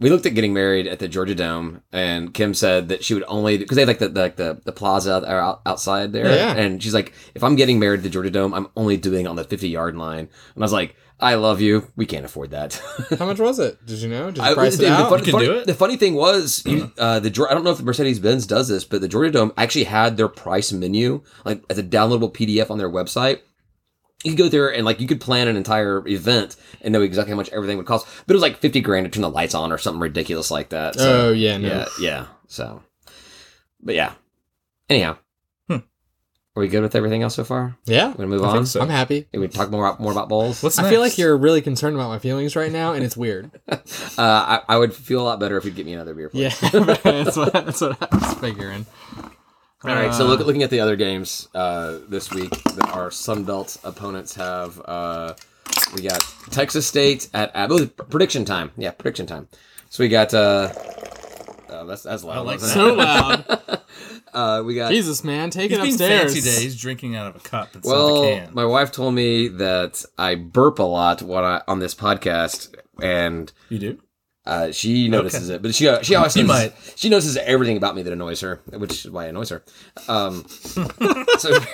Speaker 1: We looked at getting married at the Georgia Dome, and Kim said that she would only because they had like the, the like the, the plaza out- out, outside there,
Speaker 2: Yeah.
Speaker 1: and she's like, "If I'm getting married at the Georgia Dome, I'm only doing it on the 50 yard line." And I was like, "I love you. We can't afford that."
Speaker 2: How much was it? Did you know? Did you
Speaker 1: I-
Speaker 2: price
Speaker 1: the-
Speaker 2: it
Speaker 1: the
Speaker 2: out?
Speaker 1: funny-
Speaker 3: You can
Speaker 1: funny-
Speaker 3: do it? Uh-huh.
Speaker 1: The funny thing was, you, uh, the Geor- I don't know if Mercedes Benz does this, but the Georgia Dome actually had their price menu like as a downloadable PDF on their website. you could go there and like you could plan an entire event and know exactly how much everything would cost. But it was like fifty grand to turn the lights on or something ridiculous like that. So,
Speaker 2: oh yeah, no.
Speaker 1: yeah, yeah. So, but yeah. Anyhow,
Speaker 3: Hmm.
Speaker 1: are we good with everything else so far?
Speaker 2: Yeah,
Speaker 1: We're gonna move
Speaker 3: I think
Speaker 1: on.
Speaker 3: so.
Speaker 2: I'm happy.
Speaker 1: Can we talk more about, more about bowls?
Speaker 3: What's
Speaker 2: I feel like
Speaker 3: next?
Speaker 2: you're really concerned about my feelings right now, and it's weird.
Speaker 1: Uh, I, I would feel a lot better if you'd get me another beer.
Speaker 2: yeah, that's what, that's what I was figuring.
Speaker 1: All right. So
Speaker 3: Uh,
Speaker 1: look, looking at the other games uh, this week that our Sun Belt opponents have, uh, we got Texas State at Ab- oh, prediction time. Yeah, prediction time. So we got. Uh, oh, that's that's loud.
Speaker 3: like
Speaker 1: wasn't
Speaker 2: So loud,
Speaker 1: it? uh, we got.
Speaker 2: Jesus, man, take
Speaker 3: He's
Speaker 2: it
Speaker 3: being
Speaker 2: upstairs.
Speaker 3: fancy today. He's drinking out of a cup instead
Speaker 1: Well,
Speaker 3: of a can.
Speaker 1: my wife told me that I burp a lot when I, on this podcast, and
Speaker 3: you do?
Speaker 1: uh, she notices it. But she uh, she always
Speaker 3: You
Speaker 1: notices,
Speaker 3: might.
Speaker 1: she notices everything about me that annoys her, which is why it annoys her. Um, so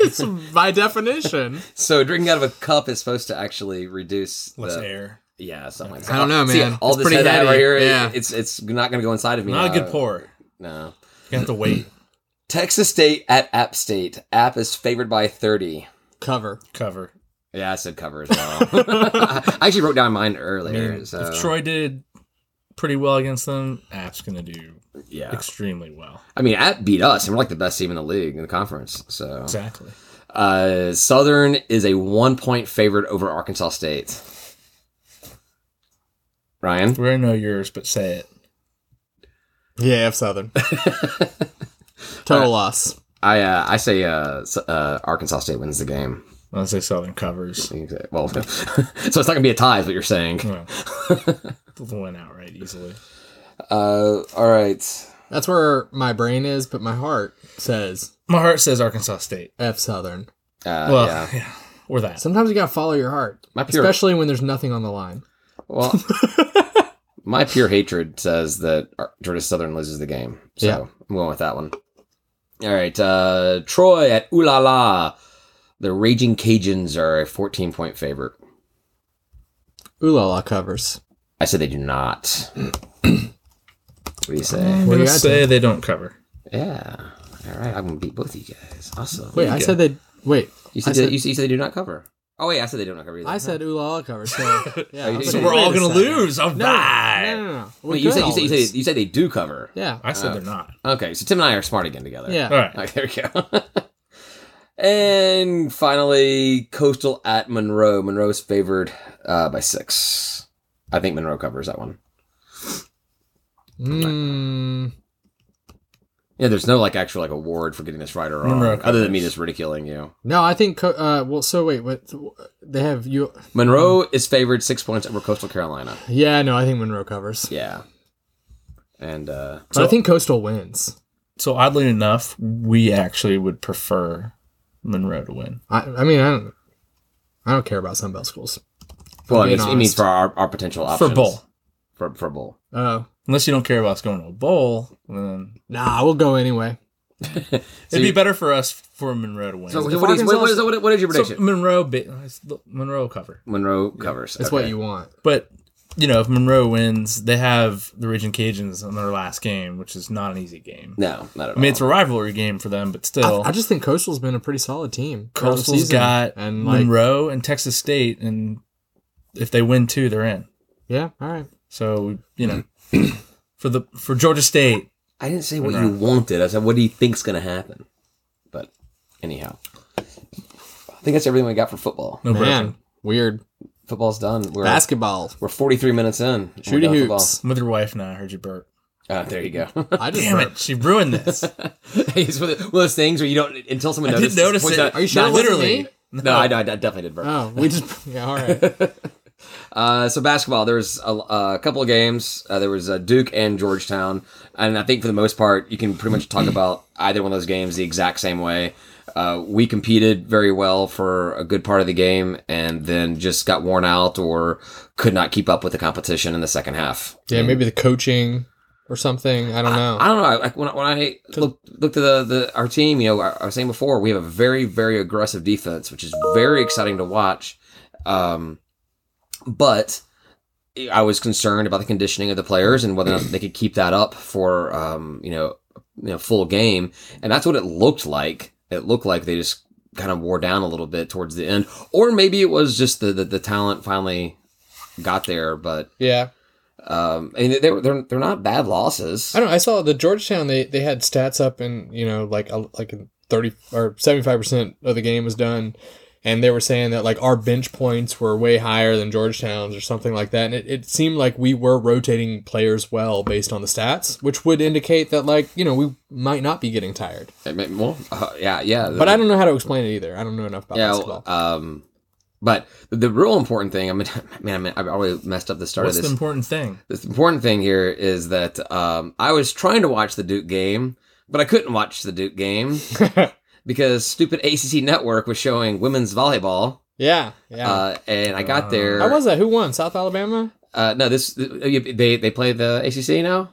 Speaker 2: It's by definition.
Speaker 1: So drinking out of a cup is supposed to actually reduce
Speaker 3: What's
Speaker 1: the
Speaker 3: air?
Speaker 1: yeah something like that.
Speaker 2: I don't know,
Speaker 1: See,
Speaker 2: man.
Speaker 1: all
Speaker 2: It's
Speaker 1: this
Speaker 2: pretty
Speaker 1: head I have right
Speaker 2: heady.
Speaker 1: here, it-
Speaker 2: Yeah.
Speaker 1: it's it's not going to go inside of me.
Speaker 3: Not a
Speaker 1: now.
Speaker 3: good pour.
Speaker 1: No.
Speaker 3: You have to wait.
Speaker 1: Texas State at App State. App is favored by thirty.
Speaker 2: Cover.
Speaker 3: Cover.
Speaker 1: Yeah, I said cover as well. I actually wrote down mine
Speaker 3: I
Speaker 1: earlier.
Speaker 3: mean,
Speaker 1: so
Speaker 3: if Troy did pretty well against them, App's gonna do
Speaker 1: yeah, Oh.
Speaker 3: extremely well.
Speaker 1: I mean App beat us, and we're like the best team in the league in the conference. So
Speaker 3: Exactly.
Speaker 1: uh, Southern is a one point favorite over Arkansas State. Ryan,
Speaker 3: We already know yours, but say it.
Speaker 2: Yeah, F Southern. Total loss.
Speaker 1: I uh, I say uh, S- uh, Arkansas State wins the game.
Speaker 3: Unless they Southern covers.
Speaker 1: Exactly. Well, so it's not gonna be a tie, is what you're saying.
Speaker 3: Well, they'll win outright easily.
Speaker 1: Uh, all right.
Speaker 2: That's where my brain is, but my heart says
Speaker 3: My heart says Arkansas State.
Speaker 2: F Southern.
Speaker 1: Uh,
Speaker 3: Well,
Speaker 1: yeah.
Speaker 3: yeah. or that.
Speaker 2: Sometimes you gotta follow your heart,
Speaker 1: My pure,
Speaker 2: especially when there's nothing on the line.
Speaker 1: well, my pure hatred says that Ar- Georgia Southern loses the game. So
Speaker 2: Yeah.
Speaker 1: I'm going with that one. All right. Uh, Troy at Ooh La La. The Raging Cajuns are a 14 point favorite.
Speaker 2: Ooh la la covers.
Speaker 1: I say they do not. what do you say?
Speaker 3: I'm
Speaker 2: What do
Speaker 3: gonna
Speaker 2: you got,
Speaker 3: say they don't cover.
Speaker 1: Yeah. All right. I'm gonna beat both of you guys. Awesome.
Speaker 2: Wait, I said they. Wait,
Speaker 1: You
Speaker 2: I
Speaker 1: said,
Speaker 2: said-
Speaker 1: you, said, you said they do not cover. Oh wait, I said they do not cover either.
Speaker 2: I said ooh la la covers. So, yeah, I was
Speaker 1: So
Speaker 2: like,
Speaker 1: Oh, we're
Speaker 2: wait a second. No, no,
Speaker 3: All
Speaker 2: no, no. We
Speaker 1: Wait, you
Speaker 2: could
Speaker 1: said you said, you
Speaker 2: always.
Speaker 1: said you said they do cover.
Speaker 2: yeah,
Speaker 3: I said they're not.
Speaker 1: Okay, so Tim and I are smart again together.
Speaker 2: yeah.
Speaker 3: All right.
Speaker 1: Okay, there we go. and finally, Coastal at Monroe. Monroe's favored uh, by six. I think Monroe covers that one.
Speaker 2: Mm,
Speaker 1: Yeah, there's no like actual like award for getting this right or wrong,
Speaker 3: Monroe
Speaker 1: other than me
Speaker 3: covers.
Speaker 1: just ridiculing you.
Speaker 2: no, I think. Co- uh, well, so wait, what? They have you.
Speaker 1: Monroe is favored six points over Coastal Carolina.
Speaker 2: Yeah, no, I think Monroe covers.
Speaker 1: Yeah, and uh,
Speaker 2: But I think Coastal wins.
Speaker 3: So oddly enough, we actually would prefer Monroe to win.
Speaker 2: I, I mean, I don't, I don't care about Sunbelt schools.
Speaker 1: well, it
Speaker 2: being
Speaker 1: means, it means
Speaker 2: honest.
Speaker 1: for our, our potential options
Speaker 3: For bowl.
Speaker 1: for for bowl.
Speaker 2: Oh,
Speaker 3: Unless you don't care about us going to a bowl, then
Speaker 2: nah, we'll go anyway.
Speaker 1: So
Speaker 3: it'd be
Speaker 1: you-
Speaker 3: better for us for Monroe to win.
Speaker 1: So,
Speaker 2: If
Speaker 1: what, is, what, what,
Speaker 2: Arkansas-
Speaker 1: is, what is- what is your
Speaker 3: So
Speaker 1: prediction?
Speaker 3: Monroe, ba- Monroe cover.
Speaker 1: Monroe covers.
Speaker 2: It's what
Speaker 1: Okay.
Speaker 2: you want.
Speaker 3: But you know, if Monroe wins, they have the Raging Cajuns on their last game, which is not an easy game.
Speaker 1: No, not at all.
Speaker 3: I mean, it's a rivalry game for them, but still,
Speaker 2: I, I just think Coastal's been a pretty solid team. throughout the
Speaker 3: Coastal's
Speaker 2: season.
Speaker 3: got
Speaker 2: and like,
Speaker 3: Monroe and Texas State, and if they win two, they're in.
Speaker 2: yeah, all right.
Speaker 3: So you know, for the for Georgia State,
Speaker 1: I didn't say what
Speaker 3: No.
Speaker 1: you wanted. I said what do you think's going to happen. But anyhow, I think that's everything we got for football.
Speaker 3: no
Speaker 2: Man,
Speaker 3: Man.
Speaker 2: weird
Speaker 1: Football's done. We're
Speaker 2: basketball.
Speaker 1: we're 43 minutes in. We're
Speaker 2: Shooty
Speaker 1: done with
Speaker 2: hoops.
Speaker 3: I'm with your wife now. I heard you burp.
Speaker 1: football. Ah, there you go.
Speaker 2: I just
Speaker 3: Damn
Speaker 2: burped.
Speaker 3: it! She ruined this.
Speaker 1: it's one of the- one of those things where you don't until someone
Speaker 3: I did
Speaker 1: notices.
Speaker 3: notice
Speaker 1: points
Speaker 3: it.
Speaker 1: out-
Speaker 2: Are you sure
Speaker 1: Nah,
Speaker 2: it wasn't
Speaker 1: literally?
Speaker 2: me?
Speaker 1: No, I, I definitely did burp.
Speaker 2: Oh, we just yeah. All right.
Speaker 1: Uh, so basketball, there was a, a couple of games. Uh, there was uh, Duke and Georgetown, and I think for the most part, you can pretty much talk about either one of those games the exact same way. Uh, we competed very well for a good part of the game, and then just got worn out or could not keep up with the competition in the second half.
Speaker 2: Yeah, maybe the coaching or something. I don't know.
Speaker 1: I don't know. Like when, I- when I look looked at the, the our team, you know, I, I was saying before, we have a very very aggressive defense, which is very exciting to watch. Um, but I was concerned about the conditioning of the players and whether or not they could keep that up for um, you know, you know, full game, and that's what it looked like. It looked like they just kind of wore down a little bit towards the end, or maybe it was just the the, the talent finally got there. But
Speaker 2: Yeah.
Speaker 1: um, I mean, they're they're they're not bad losses.
Speaker 2: I don't. know, I saw the Georgetown. They they had stats up, and you know, like a- like in thirty or seventy five percent of the game was done, and they were saying that like our bench points were way higher than Georgetown's or something like that. And it, it seemed like we were rotating players well based on the stats, which would indicate that like you know we might not be getting tired.
Speaker 1: I mean, well, uh, yeah, yeah.
Speaker 2: But I don't know how to explain it either. I don't know enough about
Speaker 1: yeah.
Speaker 2: basketball.
Speaker 1: Um, but the real important thing, I mean, man, I mean, I already messed up the start
Speaker 3: What's
Speaker 1: of
Speaker 3: the
Speaker 1: this.
Speaker 3: important thing?
Speaker 1: the important thing here is that um, I was trying to watch the Duke game, but I couldn't watch the Duke game because stupid ACC network was showing women's volleyball,
Speaker 2: yeah, yeah.
Speaker 1: uh, and I got there.
Speaker 2: how was that? Who won? South Alabama?
Speaker 1: uh, no, this they they play the ACC now.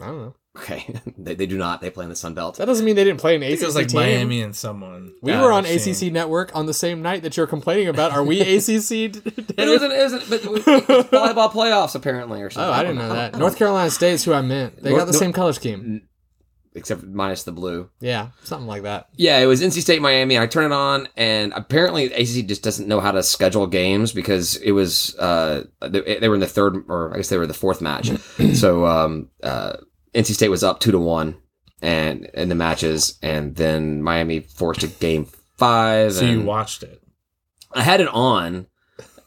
Speaker 2: I don't know.
Speaker 1: Okay, they, they do not. They play in the Sun Belt.
Speaker 2: That doesn't mean they didn't play an
Speaker 3: I
Speaker 2: ACC
Speaker 3: think it was like
Speaker 2: team.
Speaker 3: Miami and someone.
Speaker 2: We
Speaker 3: Yeah,
Speaker 2: were on
Speaker 3: I've seen.
Speaker 2: ACC Network on the same night that you're complaining about. Are we ACC?
Speaker 1: It wasn't. It wasn't. But it's volleyball playoffs apparently, or
Speaker 2: oh,
Speaker 1: something.
Speaker 2: I didn't
Speaker 1: don't
Speaker 2: know that. North Carolina State's who I meant. They got the
Speaker 1: North-
Speaker 2: same color scheme.
Speaker 1: Except minus the blue.
Speaker 2: Yeah, something like that.
Speaker 1: Yeah, it was NC State Miami. I turn it on, and apparently the ACC just doesn't know how to schedule games because it was uh they, they were in the third or I guess they were the fourth match. so um uh NC State was up two to one, and in the matches, and then Miami forced a game five.
Speaker 3: So you
Speaker 1: and-
Speaker 3: watched it.
Speaker 1: I had it on,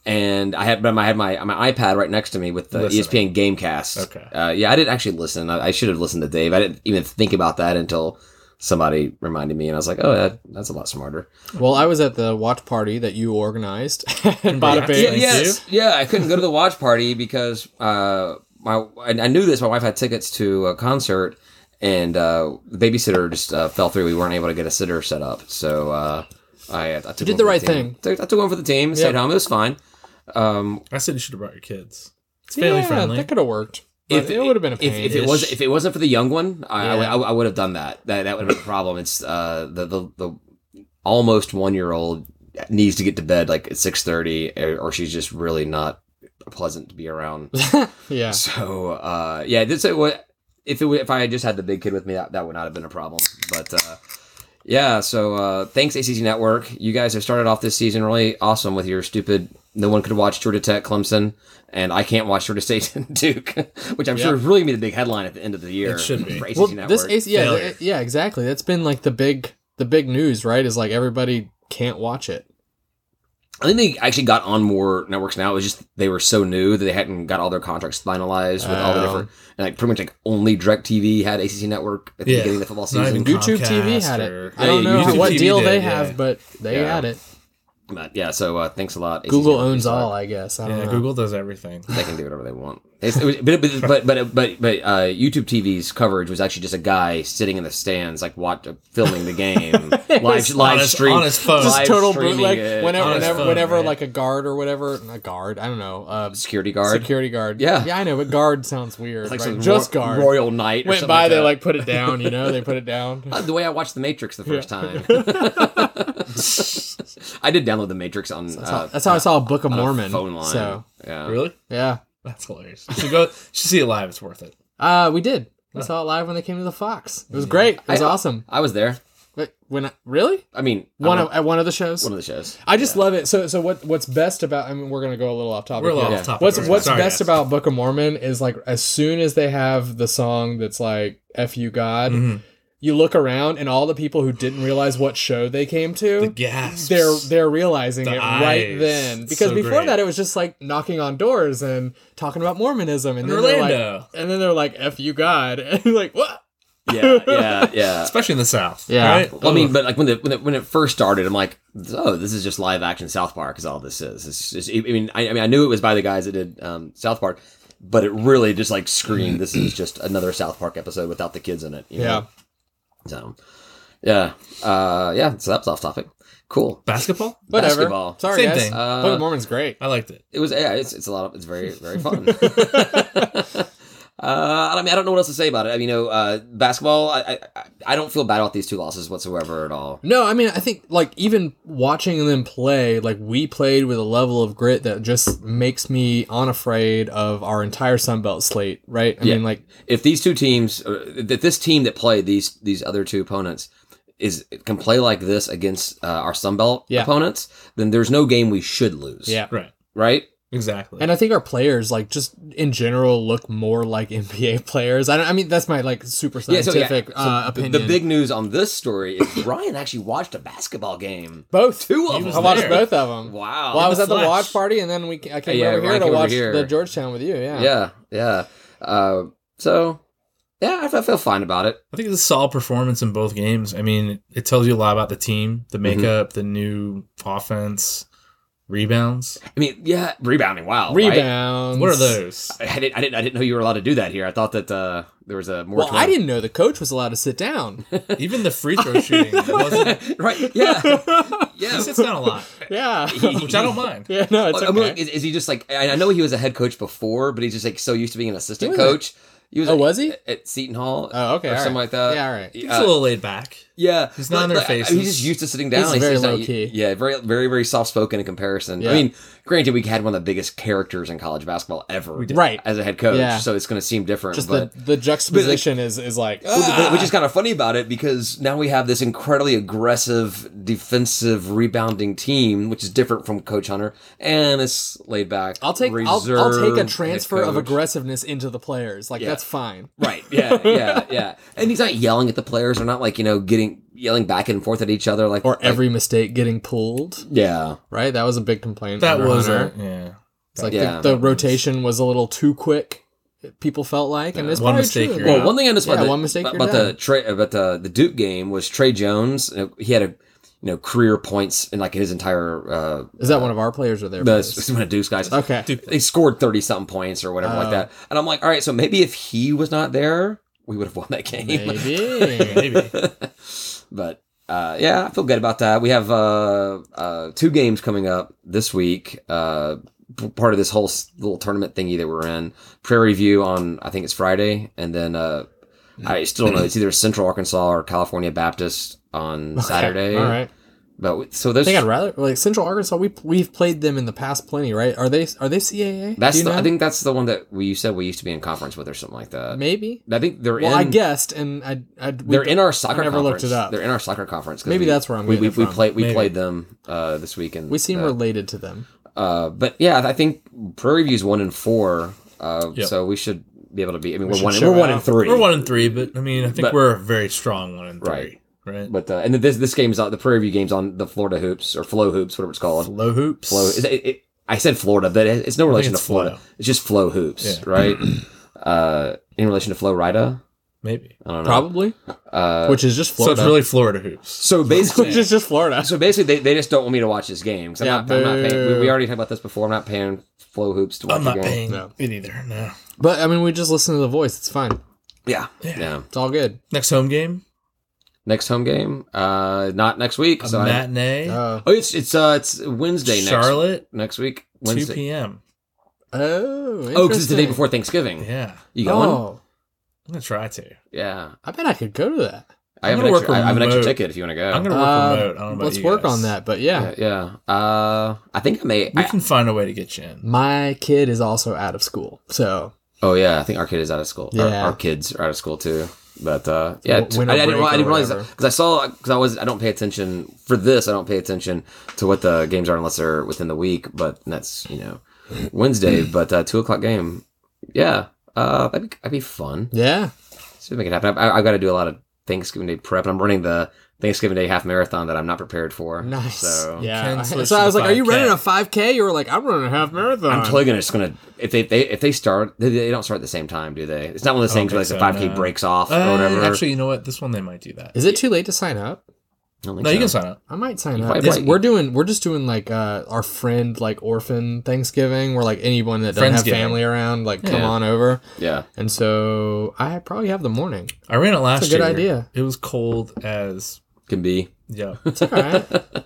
Speaker 1: and I had but I had my my iPad right next to me with the E
Speaker 3: Listening.
Speaker 1: ESPN GameCast.
Speaker 3: Okay.
Speaker 1: Uh, yeah, I didn't actually listen. I, I should have listened to Dave. I didn't even think about that until somebody reminded me, and I was like, "Oh, that, that's a lot smarter."
Speaker 2: Well, I was at the watch party that you organized. and Bada
Speaker 3: Congrats.
Speaker 2: bing.
Speaker 1: Yeah,
Speaker 3: Thank
Speaker 1: yes, yeah. I couldn't go to the watch party because uh, my I, I knew this. My wife had tickets to a concert, and uh, the babysitter just uh, fell through. We weren't able to get a sitter set up, so uh, I, I took
Speaker 2: did
Speaker 1: one
Speaker 2: the
Speaker 1: for
Speaker 2: right
Speaker 1: team. Took- I took one for the team. Stayed
Speaker 2: Yep.
Speaker 1: home. It was fine. Um,
Speaker 3: I said you should have brought your kids. It's
Speaker 2: Yeah,
Speaker 3: family friendly.
Speaker 2: That could have worked. If it would have been a pain.
Speaker 1: If, if it was if it wasn't for the young one, I, I would-
Speaker 2: Yeah.
Speaker 1: I, would have done that. That that would have been a problem. It's uh the the, the almost one year old needs to get to bed like at six thirty, or or she's just really not pleasant to be around.
Speaker 2: yeah.
Speaker 1: So uh yeah, this it wa- if it wa- if I had just had the big kid with me, that, that would not have been a problem. But uh yeah, so uh thanks ACC Network. You guys have started off this season really awesome with your stupid. No one could watch Georgia Tech, Clemson, and I can't watch Georgia State and Duke, which I'm sure is really gonna be the big headline at the end of the year.
Speaker 3: It should be.
Speaker 1: for ACC
Speaker 2: Well,
Speaker 1: Network.
Speaker 2: this AC, yeah,
Speaker 3: Failure.
Speaker 2: th- yeah, exactly. That's been like the big the big news, right? Is like everybody can't watch it.
Speaker 1: I think they actually got on more networks now. It was just they were so new that they hadn't got all their contracts finalized with all the
Speaker 2: Oh.
Speaker 1: different and like pretty much like only DirecTV had ACC Network at the
Speaker 3: Yeah.
Speaker 1: beginning of the football
Speaker 3: Not
Speaker 1: season.
Speaker 3: even
Speaker 2: YouTube TV
Speaker 3: Comcast
Speaker 2: had it.
Speaker 3: or-
Speaker 2: I don't
Speaker 1: Yeah,
Speaker 2: know
Speaker 1: YouTube
Speaker 2: what
Speaker 3: TV
Speaker 2: deal
Speaker 3: did,
Speaker 2: they
Speaker 3: yeah.
Speaker 2: have, but they
Speaker 1: Yeah.
Speaker 2: had it.
Speaker 1: But yeah, so uh, thanks a lot.
Speaker 2: Google
Speaker 1: ACC.
Speaker 2: owns all, I guess. I don't
Speaker 3: Yeah,
Speaker 2: know.
Speaker 3: Google does everything.
Speaker 1: They can do whatever they want. It's- it was- but but but but, but uh, YouTube TV's coverage was actually just a guy sitting in the stands, like watch, filming the game live live
Speaker 3: on his-
Speaker 1: stream
Speaker 3: on his phone.
Speaker 2: just
Speaker 1: live
Speaker 2: total
Speaker 1: streaming
Speaker 2: bootleg.
Speaker 1: it.
Speaker 2: Whenever,
Speaker 1: on his
Speaker 2: whenever,
Speaker 1: phone.
Speaker 3: phone,
Speaker 2: whenever
Speaker 3: right?
Speaker 2: like a guard or whatever, not guard. I don't know. Uh,
Speaker 1: security guard,
Speaker 2: security guard.
Speaker 1: Yeah.
Speaker 2: yeah, I know, but guard sounds weird.
Speaker 1: like
Speaker 2: right?
Speaker 1: some
Speaker 2: just
Speaker 1: ro-
Speaker 2: guard.
Speaker 1: royal knight. or
Speaker 2: Went
Speaker 1: something
Speaker 2: by, they
Speaker 1: that.
Speaker 2: like put it down. You know, they put it down.
Speaker 1: Uh, the way I watched The Matrix the first time. I did download The Matrix on
Speaker 2: That's how,
Speaker 1: uh,
Speaker 2: that's how I saw a Book of
Speaker 1: on a
Speaker 2: Mormon.
Speaker 1: phone line.
Speaker 2: So
Speaker 1: yeah,
Speaker 3: Really?
Speaker 2: yeah,
Speaker 3: That's hilarious. You should go. You should see it live. It's worth it.
Speaker 2: uh, we did. We saw it live when they came to the Fox. It was great. It was
Speaker 1: I-
Speaker 2: awesome.
Speaker 1: I was there.
Speaker 2: But when I, really
Speaker 1: I mean, I
Speaker 2: one
Speaker 1: don't-
Speaker 2: of at one of the shows.
Speaker 1: one of the shows.
Speaker 2: I just love it. So so what what's best about I mean we're gonna go a little off topic.
Speaker 3: We're a little
Speaker 2: here.
Speaker 3: off topic.
Speaker 2: What's
Speaker 3: Sorry,
Speaker 2: what's
Speaker 3: guys.
Speaker 2: best about Book of Mormon is like as soon as they have the song that's like F you God,
Speaker 3: Mm-hmm.
Speaker 2: you look around and all the people who didn't realize what show they came to
Speaker 3: The gasps.
Speaker 2: they're they're realizing
Speaker 3: The
Speaker 2: it right
Speaker 3: eyes.
Speaker 2: then. Because
Speaker 3: So
Speaker 2: before
Speaker 3: great.
Speaker 2: that it was just like knocking on doors and talking about Mormonism and,
Speaker 3: In
Speaker 2: then they're like
Speaker 3: Orlando.
Speaker 2: and then they're like F you God and you're like what?
Speaker 1: Yeah, yeah, Uh, yeah.
Speaker 3: especially in the South.
Speaker 2: Yeah.
Speaker 3: Right?
Speaker 1: Well, I mean, but like when the, when it when it first started, I'm like, oh, this is just live action South Park is all this is. It's just, I mean, I, I mean, I knew it was by the guys that did um, South Park, but it really just like screamed, this is just another South Park episode without the kids in it. You
Speaker 2: Yeah.
Speaker 1: know? So, yeah, uh, yeah. So that's off topic. Cool.
Speaker 3: basketball.
Speaker 2: Whatever.
Speaker 1: Basketball.
Speaker 2: Sorry
Speaker 3: Same
Speaker 2: guys.
Speaker 3: thing.
Speaker 2: Book
Speaker 1: Uh,
Speaker 2: of Mormon's great.
Speaker 3: I liked it.
Speaker 1: It was yeah, it's it's a lot of it's very very fun. Uh, I mean, I don't know what else to say about it. I mean, you know, uh, basketball. I, I- I I don't feel bad about these two losses whatsoever at all.
Speaker 2: No, I mean, I think like even watching them play, like we played with a level of grit that just makes me unafraid of our entire Sunbelt slate, right? I
Speaker 1: Yeah.
Speaker 2: mean, like,
Speaker 1: If these two teams, uh, that this team that played these these other two opponents, is can play like this against uh, our Sunbelt
Speaker 2: Yeah.
Speaker 1: opponents, then there's no game we should lose.
Speaker 2: Yeah.
Speaker 3: Right.
Speaker 1: Right?
Speaker 3: Exactly.
Speaker 2: And I think our players, like just in general, look more like NBA players. I, don't, I mean, that's my like super
Speaker 1: Yeah, so, yeah.
Speaker 2: scientific
Speaker 1: So
Speaker 2: uh,
Speaker 1: the-
Speaker 2: opinion.
Speaker 1: The big news on this story is Brian actually watched a basketball game.
Speaker 2: both.
Speaker 1: Two of
Speaker 3: He was
Speaker 2: I
Speaker 1: them.
Speaker 2: watched
Speaker 3: there.
Speaker 2: both of them.
Speaker 1: Wow.
Speaker 2: Well, I was
Speaker 3: the
Speaker 2: at the
Speaker 3: flesh.
Speaker 2: watch party, and then we I came
Speaker 1: Yeah, Ryan
Speaker 2: over here to
Speaker 1: came over
Speaker 2: watch
Speaker 1: here.
Speaker 2: the Georgetown with you. Yeah,
Speaker 1: yeah, yeah. Uh, so, yeah, I, fe- I feel fine about it.
Speaker 3: I think it's a solid performance in both games. I mean, it tells you a lot about the team, the makeup, the new offense, rebounds.
Speaker 1: I mean, yeah, rebounding. Wow, right?
Speaker 2: rebounds.
Speaker 3: What are those?
Speaker 1: I didn't, I didn't, I didn't know you were allowed to do that here. I thought that uh, there was a
Speaker 2: Well,
Speaker 1: moratorium.
Speaker 2: I didn't know the coach was allowed to sit down.
Speaker 3: Even the free throw shooting it wasn't.
Speaker 1: right? Yeah, yeah.
Speaker 3: He sits down a lot,
Speaker 2: yeah,
Speaker 3: which I don't mind.
Speaker 2: yeah. No, it's
Speaker 1: I mean, like,
Speaker 2: okay.
Speaker 1: is, is he just like? I I know he was a head coach before, but he's just like so used to being an assistant
Speaker 2: He was a-
Speaker 1: coach. He was
Speaker 2: Oh,
Speaker 1: at-
Speaker 2: was he?
Speaker 1: at Seton Hall?
Speaker 2: Oh, okay,
Speaker 1: or
Speaker 2: all
Speaker 1: something
Speaker 2: right.
Speaker 1: like that.
Speaker 2: Yeah, all right.
Speaker 3: He's
Speaker 1: Uh,
Speaker 3: a little laid back.
Speaker 1: Yeah,
Speaker 3: He's not in their
Speaker 1: but- but, I mean,
Speaker 3: faces.
Speaker 1: he's just used to sitting down.
Speaker 2: He's very
Speaker 1: just not-
Speaker 2: low-key.
Speaker 1: Yeah, very, very, very soft spoken in comparison.
Speaker 2: Yeah.
Speaker 1: I mean, granted, we had one of the biggest characters in college basketball ever,
Speaker 3: We did.
Speaker 2: Right.
Speaker 1: As a head coach,
Speaker 2: Yeah.
Speaker 1: so it's going to seem different.
Speaker 2: Just
Speaker 1: but
Speaker 2: the the juxtaposition is is like
Speaker 1: Well,
Speaker 2: ah.
Speaker 1: which is kind of funny about it because now we have this incredibly aggressive defensive rebounding team, which is different from Coach Hunter, and it's laid back.
Speaker 2: I'll take I'll,
Speaker 1: reserved
Speaker 2: I'll take a
Speaker 1: head
Speaker 2: transfer of
Speaker 1: coach.
Speaker 2: aggressiveness into the players. Like
Speaker 1: Yeah.
Speaker 2: that's fine.
Speaker 1: Right. Yeah. Yeah. Yeah. and he's not yelling at the players. They're not like you know getting yelling back and forth at each other like
Speaker 2: Or
Speaker 1: like-
Speaker 2: every mistake getting pulled.
Speaker 1: Yeah.
Speaker 2: Right, that was a big complaint.
Speaker 3: That
Speaker 2: under
Speaker 3: was
Speaker 2: Hunter.
Speaker 3: a yeah.
Speaker 2: It's like
Speaker 1: Yeah.
Speaker 2: the, the rotation was a little too quick. People felt like, and it's
Speaker 3: One
Speaker 2: probably
Speaker 3: mistake,
Speaker 2: true.
Speaker 3: you're
Speaker 1: Well,
Speaker 3: Yeah.
Speaker 1: one thing I noticed
Speaker 2: Yeah,
Speaker 1: about, the,
Speaker 2: one mistake, you're
Speaker 1: about the
Speaker 2: done.
Speaker 1: Trey, about the the Duke game was Trey Jones. uh, He had a you know career points in like his entire uh,
Speaker 2: Is that one of our players or their players?
Speaker 1: the one of Duke's guys.
Speaker 2: Okay.
Speaker 3: Dude,
Speaker 1: they scored 30 something points or whatever
Speaker 2: Oh.
Speaker 1: like that. And I'm like, all right, so maybe if he was not there, we would have won that game.
Speaker 2: Maybe.
Speaker 3: maybe.
Speaker 1: but uh, yeah, I feel good about that. We have uh, uh, two games coming up this week. Uh, p- part of this whole s- little tournament thingy that we're in. Prairie View on, I think it's Friday. And then uh, I still don't know. It's either Central Arkansas or California Baptist on Saturday.
Speaker 2: All right.
Speaker 1: But we- so
Speaker 2: I
Speaker 1: those.
Speaker 2: think I'd rather like Central Arkansas. We we've played them in the past plenty, right? Are they are they CAA? Do
Speaker 1: That's
Speaker 2: you
Speaker 1: the,
Speaker 2: know?
Speaker 1: I think that's the one that we you said we used to be in conference with or something like that.
Speaker 2: maybe.
Speaker 1: I think Uh, they're
Speaker 2: Well,
Speaker 1: in.
Speaker 2: I guessed, and I I we-
Speaker 1: They're in our soccer.
Speaker 2: I never
Speaker 1: conference.
Speaker 2: looked it up.
Speaker 1: They're in our soccer conference. 'cause
Speaker 2: Maybe
Speaker 1: we-
Speaker 2: that's where I'm
Speaker 1: we we,
Speaker 2: getting it
Speaker 1: we
Speaker 2: from.
Speaker 1: played we
Speaker 3: Maybe.
Speaker 1: played them uh, this week and
Speaker 2: we seem
Speaker 1: uh,
Speaker 2: related to them.
Speaker 1: uh, but yeah, I think Prairie View's one and four, uh,
Speaker 3: Yep.
Speaker 1: so we should be able to be. I mean, we are
Speaker 2: should
Speaker 1: one.
Speaker 2: show
Speaker 1: We're one
Speaker 2: out.
Speaker 1: and 3
Speaker 3: We're one and three, but I mean, I think
Speaker 1: But-
Speaker 3: we're a very strong one and three. Right.
Speaker 1: But uh, and this this game's on the Prairie View game's on the Florida hoops or Flow hoops, whatever it's called.
Speaker 3: Flow hoops.
Speaker 1: Flow. Is it, it, I said Florida, but it, it's no relation
Speaker 3: it's
Speaker 1: to Florida.
Speaker 3: Flow.
Speaker 1: It's just Flow hoops,
Speaker 3: Yeah.
Speaker 1: right? uh, in relation to Flow Rida,
Speaker 3: maybe.
Speaker 1: I don't know.
Speaker 2: Probably,
Speaker 1: Uh,
Speaker 2: which is just Florida.
Speaker 3: So it's really Florida hoops.
Speaker 1: so basically,
Speaker 2: which is just Florida.
Speaker 1: So basically, they, they just don't want me to watch this game. 'cause I'm,
Speaker 2: Yeah,
Speaker 1: not, I'm not paying.
Speaker 2: boo.
Speaker 1: We, we already talked about this before. I'm not paying Flow Hoops to watch
Speaker 3: I'm not
Speaker 1: the game.
Speaker 3: paying
Speaker 2: No.
Speaker 3: it either. No.
Speaker 2: But I mean, we just listen to the voice. It's fine.
Speaker 1: Yeah. yeah,
Speaker 3: Yeah.
Speaker 2: It's all good.
Speaker 3: Next home game,
Speaker 1: Next home game, uh, not next week.
Speaker 3: a
Speaker 1: So I-
Speaker 3: matinee,
Speaker 2: Uh,
Speaker 1: oh, it's it's uh, it's Wednesday next
Speaker 3: Charlotte,
Speaker 1: next week.
Speaker 3: 2
Speaker 1: Wednesday.
Speaker 3: p.m.
Speaker 2: oh,
Speaker 1: Oh, because it's the day
Speaker 2: interesting.
Speaker 1: before Thanksgiving.
Speaker 3: Yeah,
Speaker 1: You going?
Speaker 2: Oh,
Speaker 3: I'm gonna try to.
Speaker 1: Yeah,
Speaker 2: I bet I could go to that.
Speaker 1: I
Speaker 3: I'm
Speaker 1: have, an
Speaker 3: gonna work
Speaker 1: extra, I have an extra
Speaker 3: remote.
Speaker 1: ticket if you want to go.
Speaker 3: I'm gonna work
Speaker 2: Uh,
Speaker 3: remote. I don't know about
Speaker 2: Let's
Speaker 3: you
Speaker 2: work
Speaker 3: guys.
Speaker 2: on that. But yeah,
Speaker 1: yeah, yeah. Uh, I think I may. I-
Speaker 3: We can find a way to get you in.
Speaker 2: my kid is also out of school, so
Speaker 1: oh yeah, I think our kid is out of school. Our-
Speaker 2: Yeah.
Speaker 1: Our, kids are out of school too. But uh, yeah,
Speaker 2: W- winter
Speaker 1: I, I didn't,
Speaker 2: break
Speaker 1: I didn't
Speaker 2: or
Speaker 1: realize
Speaker 2: whatever.
Speaker 1: because I saw because I was I don't pay attention for this. I don't pay attention to what the games are unless they're within the week. But that's you know Wednesday. but uh, two o'clock game. Yeah, uh, that'd be that'd be fun.
Speaker 2: yeah.
Speaker 1: See if we can happen. I, I've got to do a lot of Thanksgiving Day prep. I'm running the Thanksgiving Day half marathon that I'm not prepared for.
Speaker 2: Nice.
Speaker 1: So
Speaker 2: yeah.
Speaker 3: Ken switched
Speaker 2: so I
Speaker 3: to
Speaker 2: was like, "Are you
Speaker 3: 5K.
Speaker 2: running a 5K?" You were like, "I'm running a half marathon."
Speaker 1: I'm totally gonna just gonna if they, they if they start they, they don't start at the same time, do they? It's not one of those
Speaker 3: I don't
Speaker 1: things where like
Speaker 3: think
Speaker 1: the
Speaker 3: so,
Speaker 1: five k
Speaker 3: no.
Speaker 1: breaks off
Speaker 3: Uh,
Speaker 1: or whatever.
Speaker 3: Actually, you know what? This one they might do that.
Speaker 2: Is it too late to sign up?
Speaker 1: I don't think
Speaker 3: No, you
Speaker 1: so.
Speaker 3: can sign up.
Speaker 2: I might sign
Speaker 1: You
Speaker 2: up.
Speaker 1: probably
Speaker 2: It's-
Speaker 1: might.
Speaker 2: We're doing. We're just doing like uh, our friend, like orphan Thanksgiving, where like anyone that doesn't have
Speaker 3: Friendsgiving.
Speaker 2: family around, like come
Speaker 1: Yeah.
Speaker 2: on over.
Speaker 1: Yeah.
Speaker 2: And so I probably have the morning.
Speaker 3: I ran it last
Speaker 2: That's a good
Speaker 3: year.
Speaker 2: idea.
Speaker 3: It was cold as
Speaker 1: Can be.
Speaker 3: yeah
Speaker 2: It's all right.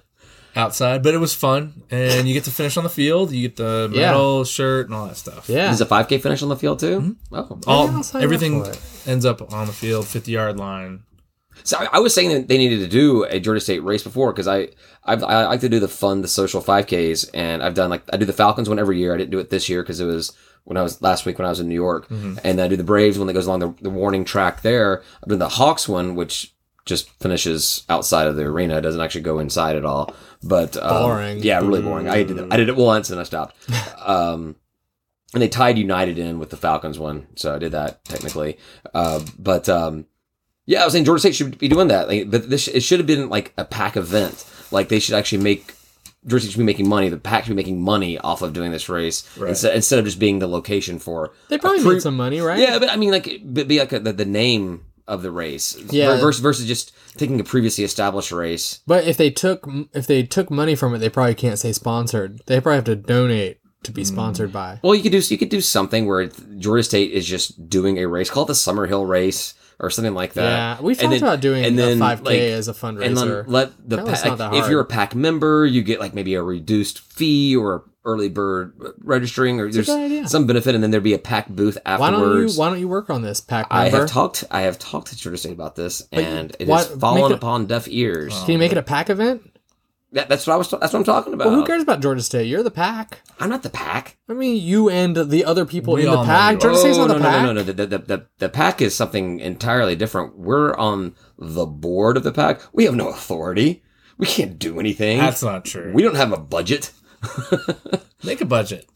Speaker 3: outside, but it was fun, and you get to finish on the field. You get the
Speaker 2: Yeah.
Speaker 3: medal, shirt, and all that stuff.
Speaker 2: Yeah.
Speaker 1: Is a 5K finish on the field too? Oh,
Speaker 2: Maybe I'll
Speaker 3: all
Speaker 2: sign up
Speaker 3: everything
Speaker 2: for it.
Speaker 3: ends up on the field, fifty yard line.
Speaker 1: so I, I was saying that they needed to do a Georgia State race before because I I've, I like to do the fun, the social 5Ks, and I've done like I do the Falcons one every year. I didn't do it this year because it was when I was last week when I was in New York, and I do the Braves one that goes along the, the warning track there. I've done the Hawks one, which just finishes outside of the arena. It doesn't actually go inside at all. But um,
Speaker 2: Boring.
Speaker 1: Yeah, really boring. I did it. I did it once and I stopped. Um, and they tied United in with the Falcons one, so I did that technically. Uh, but um, yeah, I was saying Georgia State should be doing that. Like, but this it should have been like a pack event. Like they should actually make Georgia State should be making money. The pack should be making money off of doing this race
Speaker 3: Right.
Speaker 1: instead, instead of just being the location for.
Speaker 2: They probably
Speaker 1: a pre-
Speaker 2: made some money, right?
Speaker 1: Yeah, but I mean, like, but be like a, the, the name of the race.
Speaker 2: Yeah.
Speaker 1: Versus, versus just taking a previously established race.
Speaker 2: But if they took if they took money from it, they probably can't say sponsored. They probably have to donate to be
Speaker 1: Mm.
Speaker 2: sponsored by.
Speaker 1: Well, you could do you could do something where it's- Georgia State is just doing a race, call it the Summer Hill Race or something like that.
Speaker 2: yeah, we've
Speaker 1: And
Speaker 2: talked
Speaker 1: then-
Speaker 2: about doing
Speaker 1: and then,
Speaker 2: a 5K
Speaker 1: like,
Speaker 2: as a
Speaker 1: and then
Speaker 2: fundraiser.
Speaker 1: let the
Speaker 2: Apparently it's
Speaker 1: pack,
Speaker 2: not that
Speaker 1: if
Speaker 2: hard.
Speaker 1: you're a pack member, you get like maybe a reduced fee or early bird registering, or
Speaker 2: a
Speaker 1: there's
Speaker 2: good idea.
Speaker 1: some benefit, and then there'd be a pack booth
Speaker 2: why
Speaker 1: afterwards.
Speaker 2: don't you Why don't you work on this, Pac?
Speaker 1: I
Speaker 2: member?
Speaker 1: have talked. I have talked to Georgia State about this, and it
Speaker 2: why-
Speaker 1: has fallen
Speaker 2: make it-
Speaker 1: upon deaf ears.
Speaker 2: Can you make it a pack event?
Speaker 1: That, that's what I was. That's what I'm talking about.
Speaker 2: Well, who cares about Georgia State? You're the pack.
Speaker 1: I'm not the pack.
Speaker 2: I mean, you and the other people in
Speaker 3: We
Speaker 2: the
Speaker 3: all know you
Speaker 2: pack.
Speaker 3: are.
Speaker 2: Georgia State's
Speaker 1: no,
Speaker 2: not the
Speaker 1: no,
Speaker 2: pack.
Speaker 1: no, no, no, The, the, the, the pack is something entirely different. We're on the board of the pack. We have no authority. We can't do anything.
Speaker 3: That's not true.
Speaker 1: we don't have a budget.
Speaker 3: Make a budget.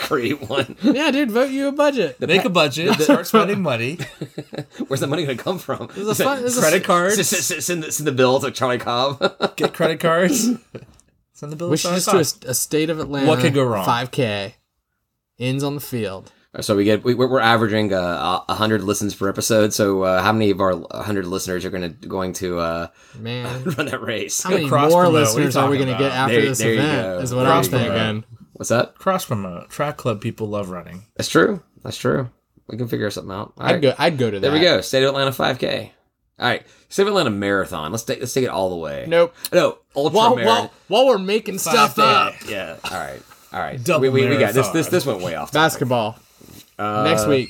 Speaker 1: Create one.
Speaker 2: Yeah, dude, vote you a budget.
Speaker 3: Make a budget. Start spending money.
Speaker 1: Where's the money going to come from?
Speaker 2: There's a fun- there's a-
Speaker 3: Credit cards.
Speaker 1: S- s- s- Send the, send the bill to Charlie Cobb.
Speaker 3: Get credit cards. Send the bill.
Speaker 2: We should just do a, a state of Atlanta.
Speaker 3: What could go wrong?
Speaker 2: 5K ends on the field.
Speaker 1: so we get we, we're we're averaging uh, a hundred listens per episode. So uh, how many of our hundred listeners are going to going to uh,
Speaker 2: Man,
Speaker 1: run that race?
Speaker 2: how many
Speaker 3: cross
Speaker 2: more
Speaker 3: promote. What are you
Speaker 2: listeners are we
Speaker 3: talking
Speaker 2: going to get
Speaker 3: about?
Speaker 2: after
Speaker 1: There-
Speaker 2: this
Speaker 1: there you
Speaker 2: event?
Speaker 1: go.
Speaker 2: Is what I'm
Speaker 3: Cross promote.
Speaker 2: thinking.
Speaker 1: What's that?
Speaker 3: cross promote. Track club people love running.
Speaker 1: That's true. That's true. We can figure something out. All
Speaker 2: I'd
Speaker 1: right.
Speaker 2: go. I'd go to that.
Speaker 1: There we go. State of Atlanta 5K. All right, State of Atlanta Marathon. Let's take let's take it all the way.
Speaker 2: Nope.
Speaker 1: no ultra
Speaker 2: While,
Speaker 1: marathon.
Speaker 2: while, while we're making stuff up,
Speaker 1: Yeah. All right. All right.
Speaker 3: Double
Speaker 1: we, we, we got this.
Speaker 3: marathon.
Speaker 1: This this went way off.
Speaker 2: basketball
Speaker 1: Uh,
Speaker 2: next week,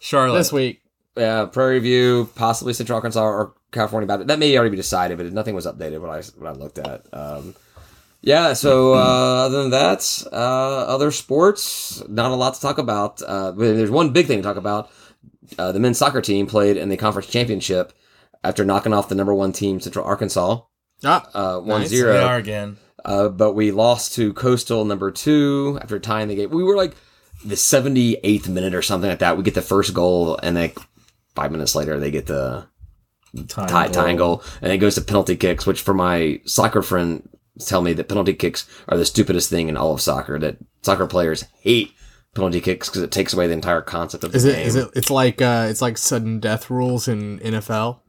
Speaker 3: Charlotte.
Speaker 2: this week.
Speaker 1: Yeah, Prairie View, possibly Central Arkansas or California Baptist. That may already be decided, but nothing was updated when I when I looked at. Um, yeah. So uh, other than that, uh, other sports, not a lot to talk about. Uh, but there's one big thing to talk about. Uh, the men's soccer team played in the conference championship after knocking off the number one team, Central Arkansas,
Speaker 2: Ah,
Speaker 1: uh, one
Speaker 2: Nice.
Speaker 3: They
Speaker 1: zero.
Speaker 3: are again.
Speaker 1: Uh, but we lost to Coastal number two after tying the game. We were like the 78th minute or something like that. We get the first goal, and like five minutes later, they get the
Speaker 3: Time
Speaker 1: tie, tying goal, and it goes to penalty kicks, which for my soccer friend tell me that penalty kicks are the stupidest thing in all of soccer, that soccer players hate penalty kicks because it takes away the entire concept of the
Speaker 2: is it?
Speaker 1: game.
Speaker 2: Is it? It's like uh, it's like sudden death rules in NFL.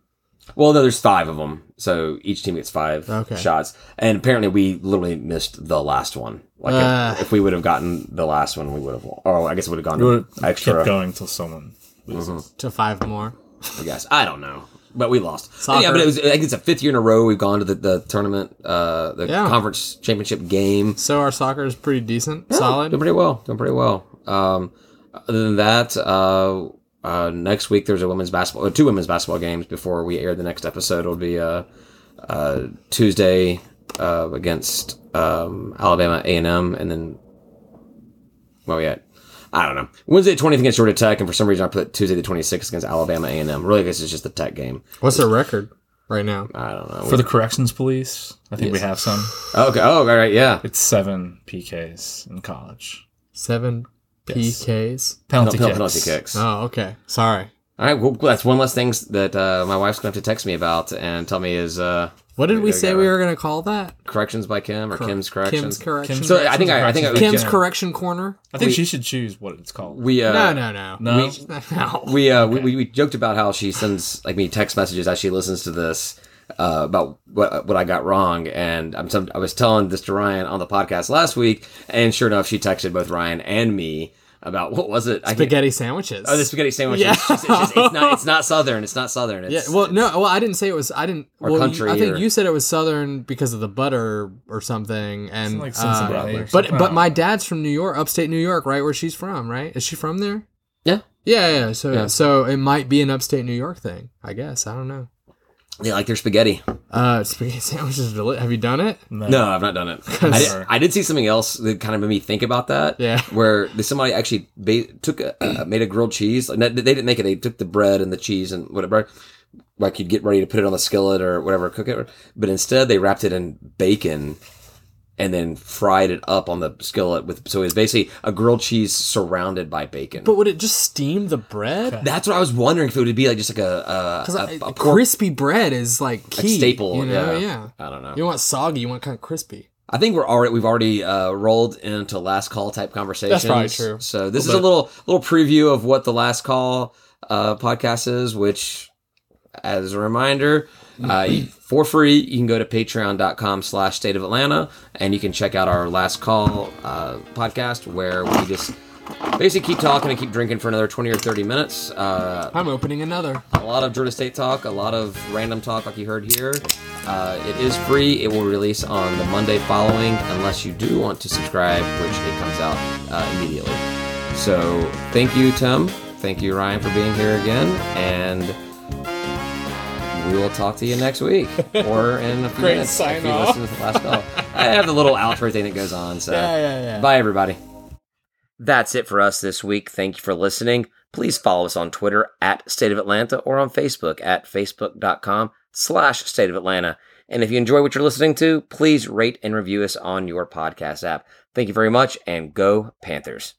Speaker 1: Well, no, there's five of them, so each team gets five
Speaker 2: Okay.
Speaker 1: shots, and apparently we literally missed the last one. Like if-
Speaker 2: Ah.
Speaker 1: if, we would have gotten the last one, we would have. won. Or I guess it would have gone
Speaker 3: We would've
Speaker 1: to extra.
Speaker 3: Kept going till someone loses.
Speaker 2: To five more.
Speaker 1: I guess I don't know, but we lost.
Speaker 2: Soccer.
Speaker 1: Yeah, but it was. I think it's a fifth year in a row we've gone to the, the tournament, uh, the
Speaker 2: Yeah.
Speaker 1: conference championship game.
Speaker 2: So our soccer is pretty decent,
Speaker 1: Doing
Speaker 2: solid.
Speaker 1: pretty well. Doing pretty well. Um, other than that, uh, uh, next week there's a women's basketball, uh, two women's basketball games before we air the next episode. It'll be uh, uh, Tuesday uh, against um, Alabama A and M, and then well, yeah, I don't know. Wednesday the twentieth against Georgia Tech, and for some reason I put Tuesday the twenty sixth against Alabama A and M. Really, I guess it's just the Tech game.
Speaker 2: What's their record right now?
Speaker 1: I don't know.
Speaker 3: For the corrections police, I think we
Speaker 1: Yes.
Speaker 3: have some.
Speaker 1: okay. Oh, all right. Yeah.
Speaker 3: It's seven PKs in college.
Speaker 2: Seven
Speaker 3: Yes.
Speaker 2: PKs.
Speaker 1: Penal-
Speaker 3: Penalty, kicks. Uh.
Speaker 1: penalty kicks.
Speaker 2: Oh, okay. Sorry.
Speaker 1: All right, well, that's one less thing that uh, my wife's going to have to text me about and tell me is uh,
Speaker 2: What did we
Speaker 1: go,
Speaker 2: say
Speaker 1: go.
Speaker 2: we were going to call that?
Speaker 1: corrections by Kim or Kim's corrections.
Speaker 2: Kim's correction.
Speaker 3: Kim's-
Speaker 1: So I think I, I think I,
Speaker 3: Corrections.
Speaker 2: Kim's
Speaker 3: Yeah.
Speaker 2: correction corner.
Speaker 3: I think
Speaker 1: We-
Speaker 3: she should choose what it's called.
Speaker 1: we uh,
Speaker 2: no, no, no.
Speaker 3: No.
Speaker 2: no.
Speaker 1: we uh we, we joked about how she sends like me text messages as she listens to this uh, about what what I got wrong and I'm some I was telling this to Ryan on the podcast last week and sure enough she texted both Ryan and me about what was it I can't-
Speaker 2: Spaghetti sandwiches.
Speaker 1: oh the spaghetti sandwich
Speaker 2: Yeah.
Speaker 1: it's, just- it's just- it's not it's not southern it's not southern
Speaker 2: Yeah,
Speaker 1: it's,
Speaker 2: well, no, well, I didn't say it was. I didn't.
Speaker 1: Or
Speaker 2: well, you-
Speaker 1: country
Speaker 2: I think
Speaker 1: or-
Speaker 2: you said it was southern because of the butter or something, and
Speaker 3: like
Speaker 2: uh,
Speaker 3: Cincinnati or
Speaker 2: but
Speaker 3: something.
Speaker 2: but
Speaker 3: I
Speaker 2: my
Speaker 3: don't
Speaker 2: dad's from New York, upstate New York, right where she's from, right? Is she from there?
Speaker 1: Yeah.
Speaker 2: Yeah, yeah. yeah. So
Speaker 1: Yeah.
Speaker 2: so it might be an upstate New York thing, I guess. I don't know.
Speaker 1: they like their spaghetti
Speaker 2: Uh, spaghetti sandwiches. are deli- Have you done it?
Speaker 3: know.
Speaker 1: No, I've not done it. I did,
Speaker 3: Sure.
Speaker 1: I did see something else that kind of made me think about that.
Speaker 2: Yeah.
Speaker 1: where the- somebody actually ba- took a, uh, made a grilled cheese. Like, they they didn't make it; they took the bread and the cheese and whatever, like you'd get ready to put it on the skillet or whatever, cook it. But instead, they wrapped it in bacon and then fried it up on the skillet with. So it was basically a grilled cheese surrounded by bacon.
Speaker 2: But would it just steam the bread?
Speaker 1: that's what I was wondering if it would be like just like a a,
Speaker 2: 'Cause I-
Speaker 1: a, a pork
Speaker 2: crispy bread is like key.
Speaker 1: like staple.
Speaker 2: you know?
Speaker 1: yeah.
Speaker 2: Yeah.
Speaker 1: I don't know.
Speaker 2: You want soggy. You want kind of crispy.
Speaker 1: I think we're already we've already uh, rolled into last call type conversations.
Speaker 2: probably true.
Speaker 1: So this is a little little preview of what the last call uh, podcast is, which as a reminder, uh, you- for free you can go to patreon.com slash state of Atlanta and you can check out our last call uh, podcast where we just basically keep talking and keep drinking for another 20 or 30 minutes. Uh,
Speaker 2: I'm opening another.
Speaker 1: a lot of Georgia State talk, a lot of random talk, like you heard here. Uh, it is free. It will release on the Monday following, unless you do want to subscribe, which it comes out uh, immediately. So thank you, Tim. Thank you, Ryan, for being here again, and we will talk to you next week or in a few
Speaker 2: Great
Speaker 1: minutes.
Speaker 2: sign
Speaker 1: if you
Speaker 2: off.
Speaker 1: listen to the last call. I have the little outro thing that goes on. So.
Speaker 2: Yeah, yeah, yeah.
Speaker 1: Bye, everybody. That's it for us this week. Thank you for listening. Please follow us on Twitter at State of Atlanta or on Facebook at facebook.com slash State of Atlanta. And if you enjoy what you're listening to, please rate and review us on your podcast app. Thank you very much and go Panthers.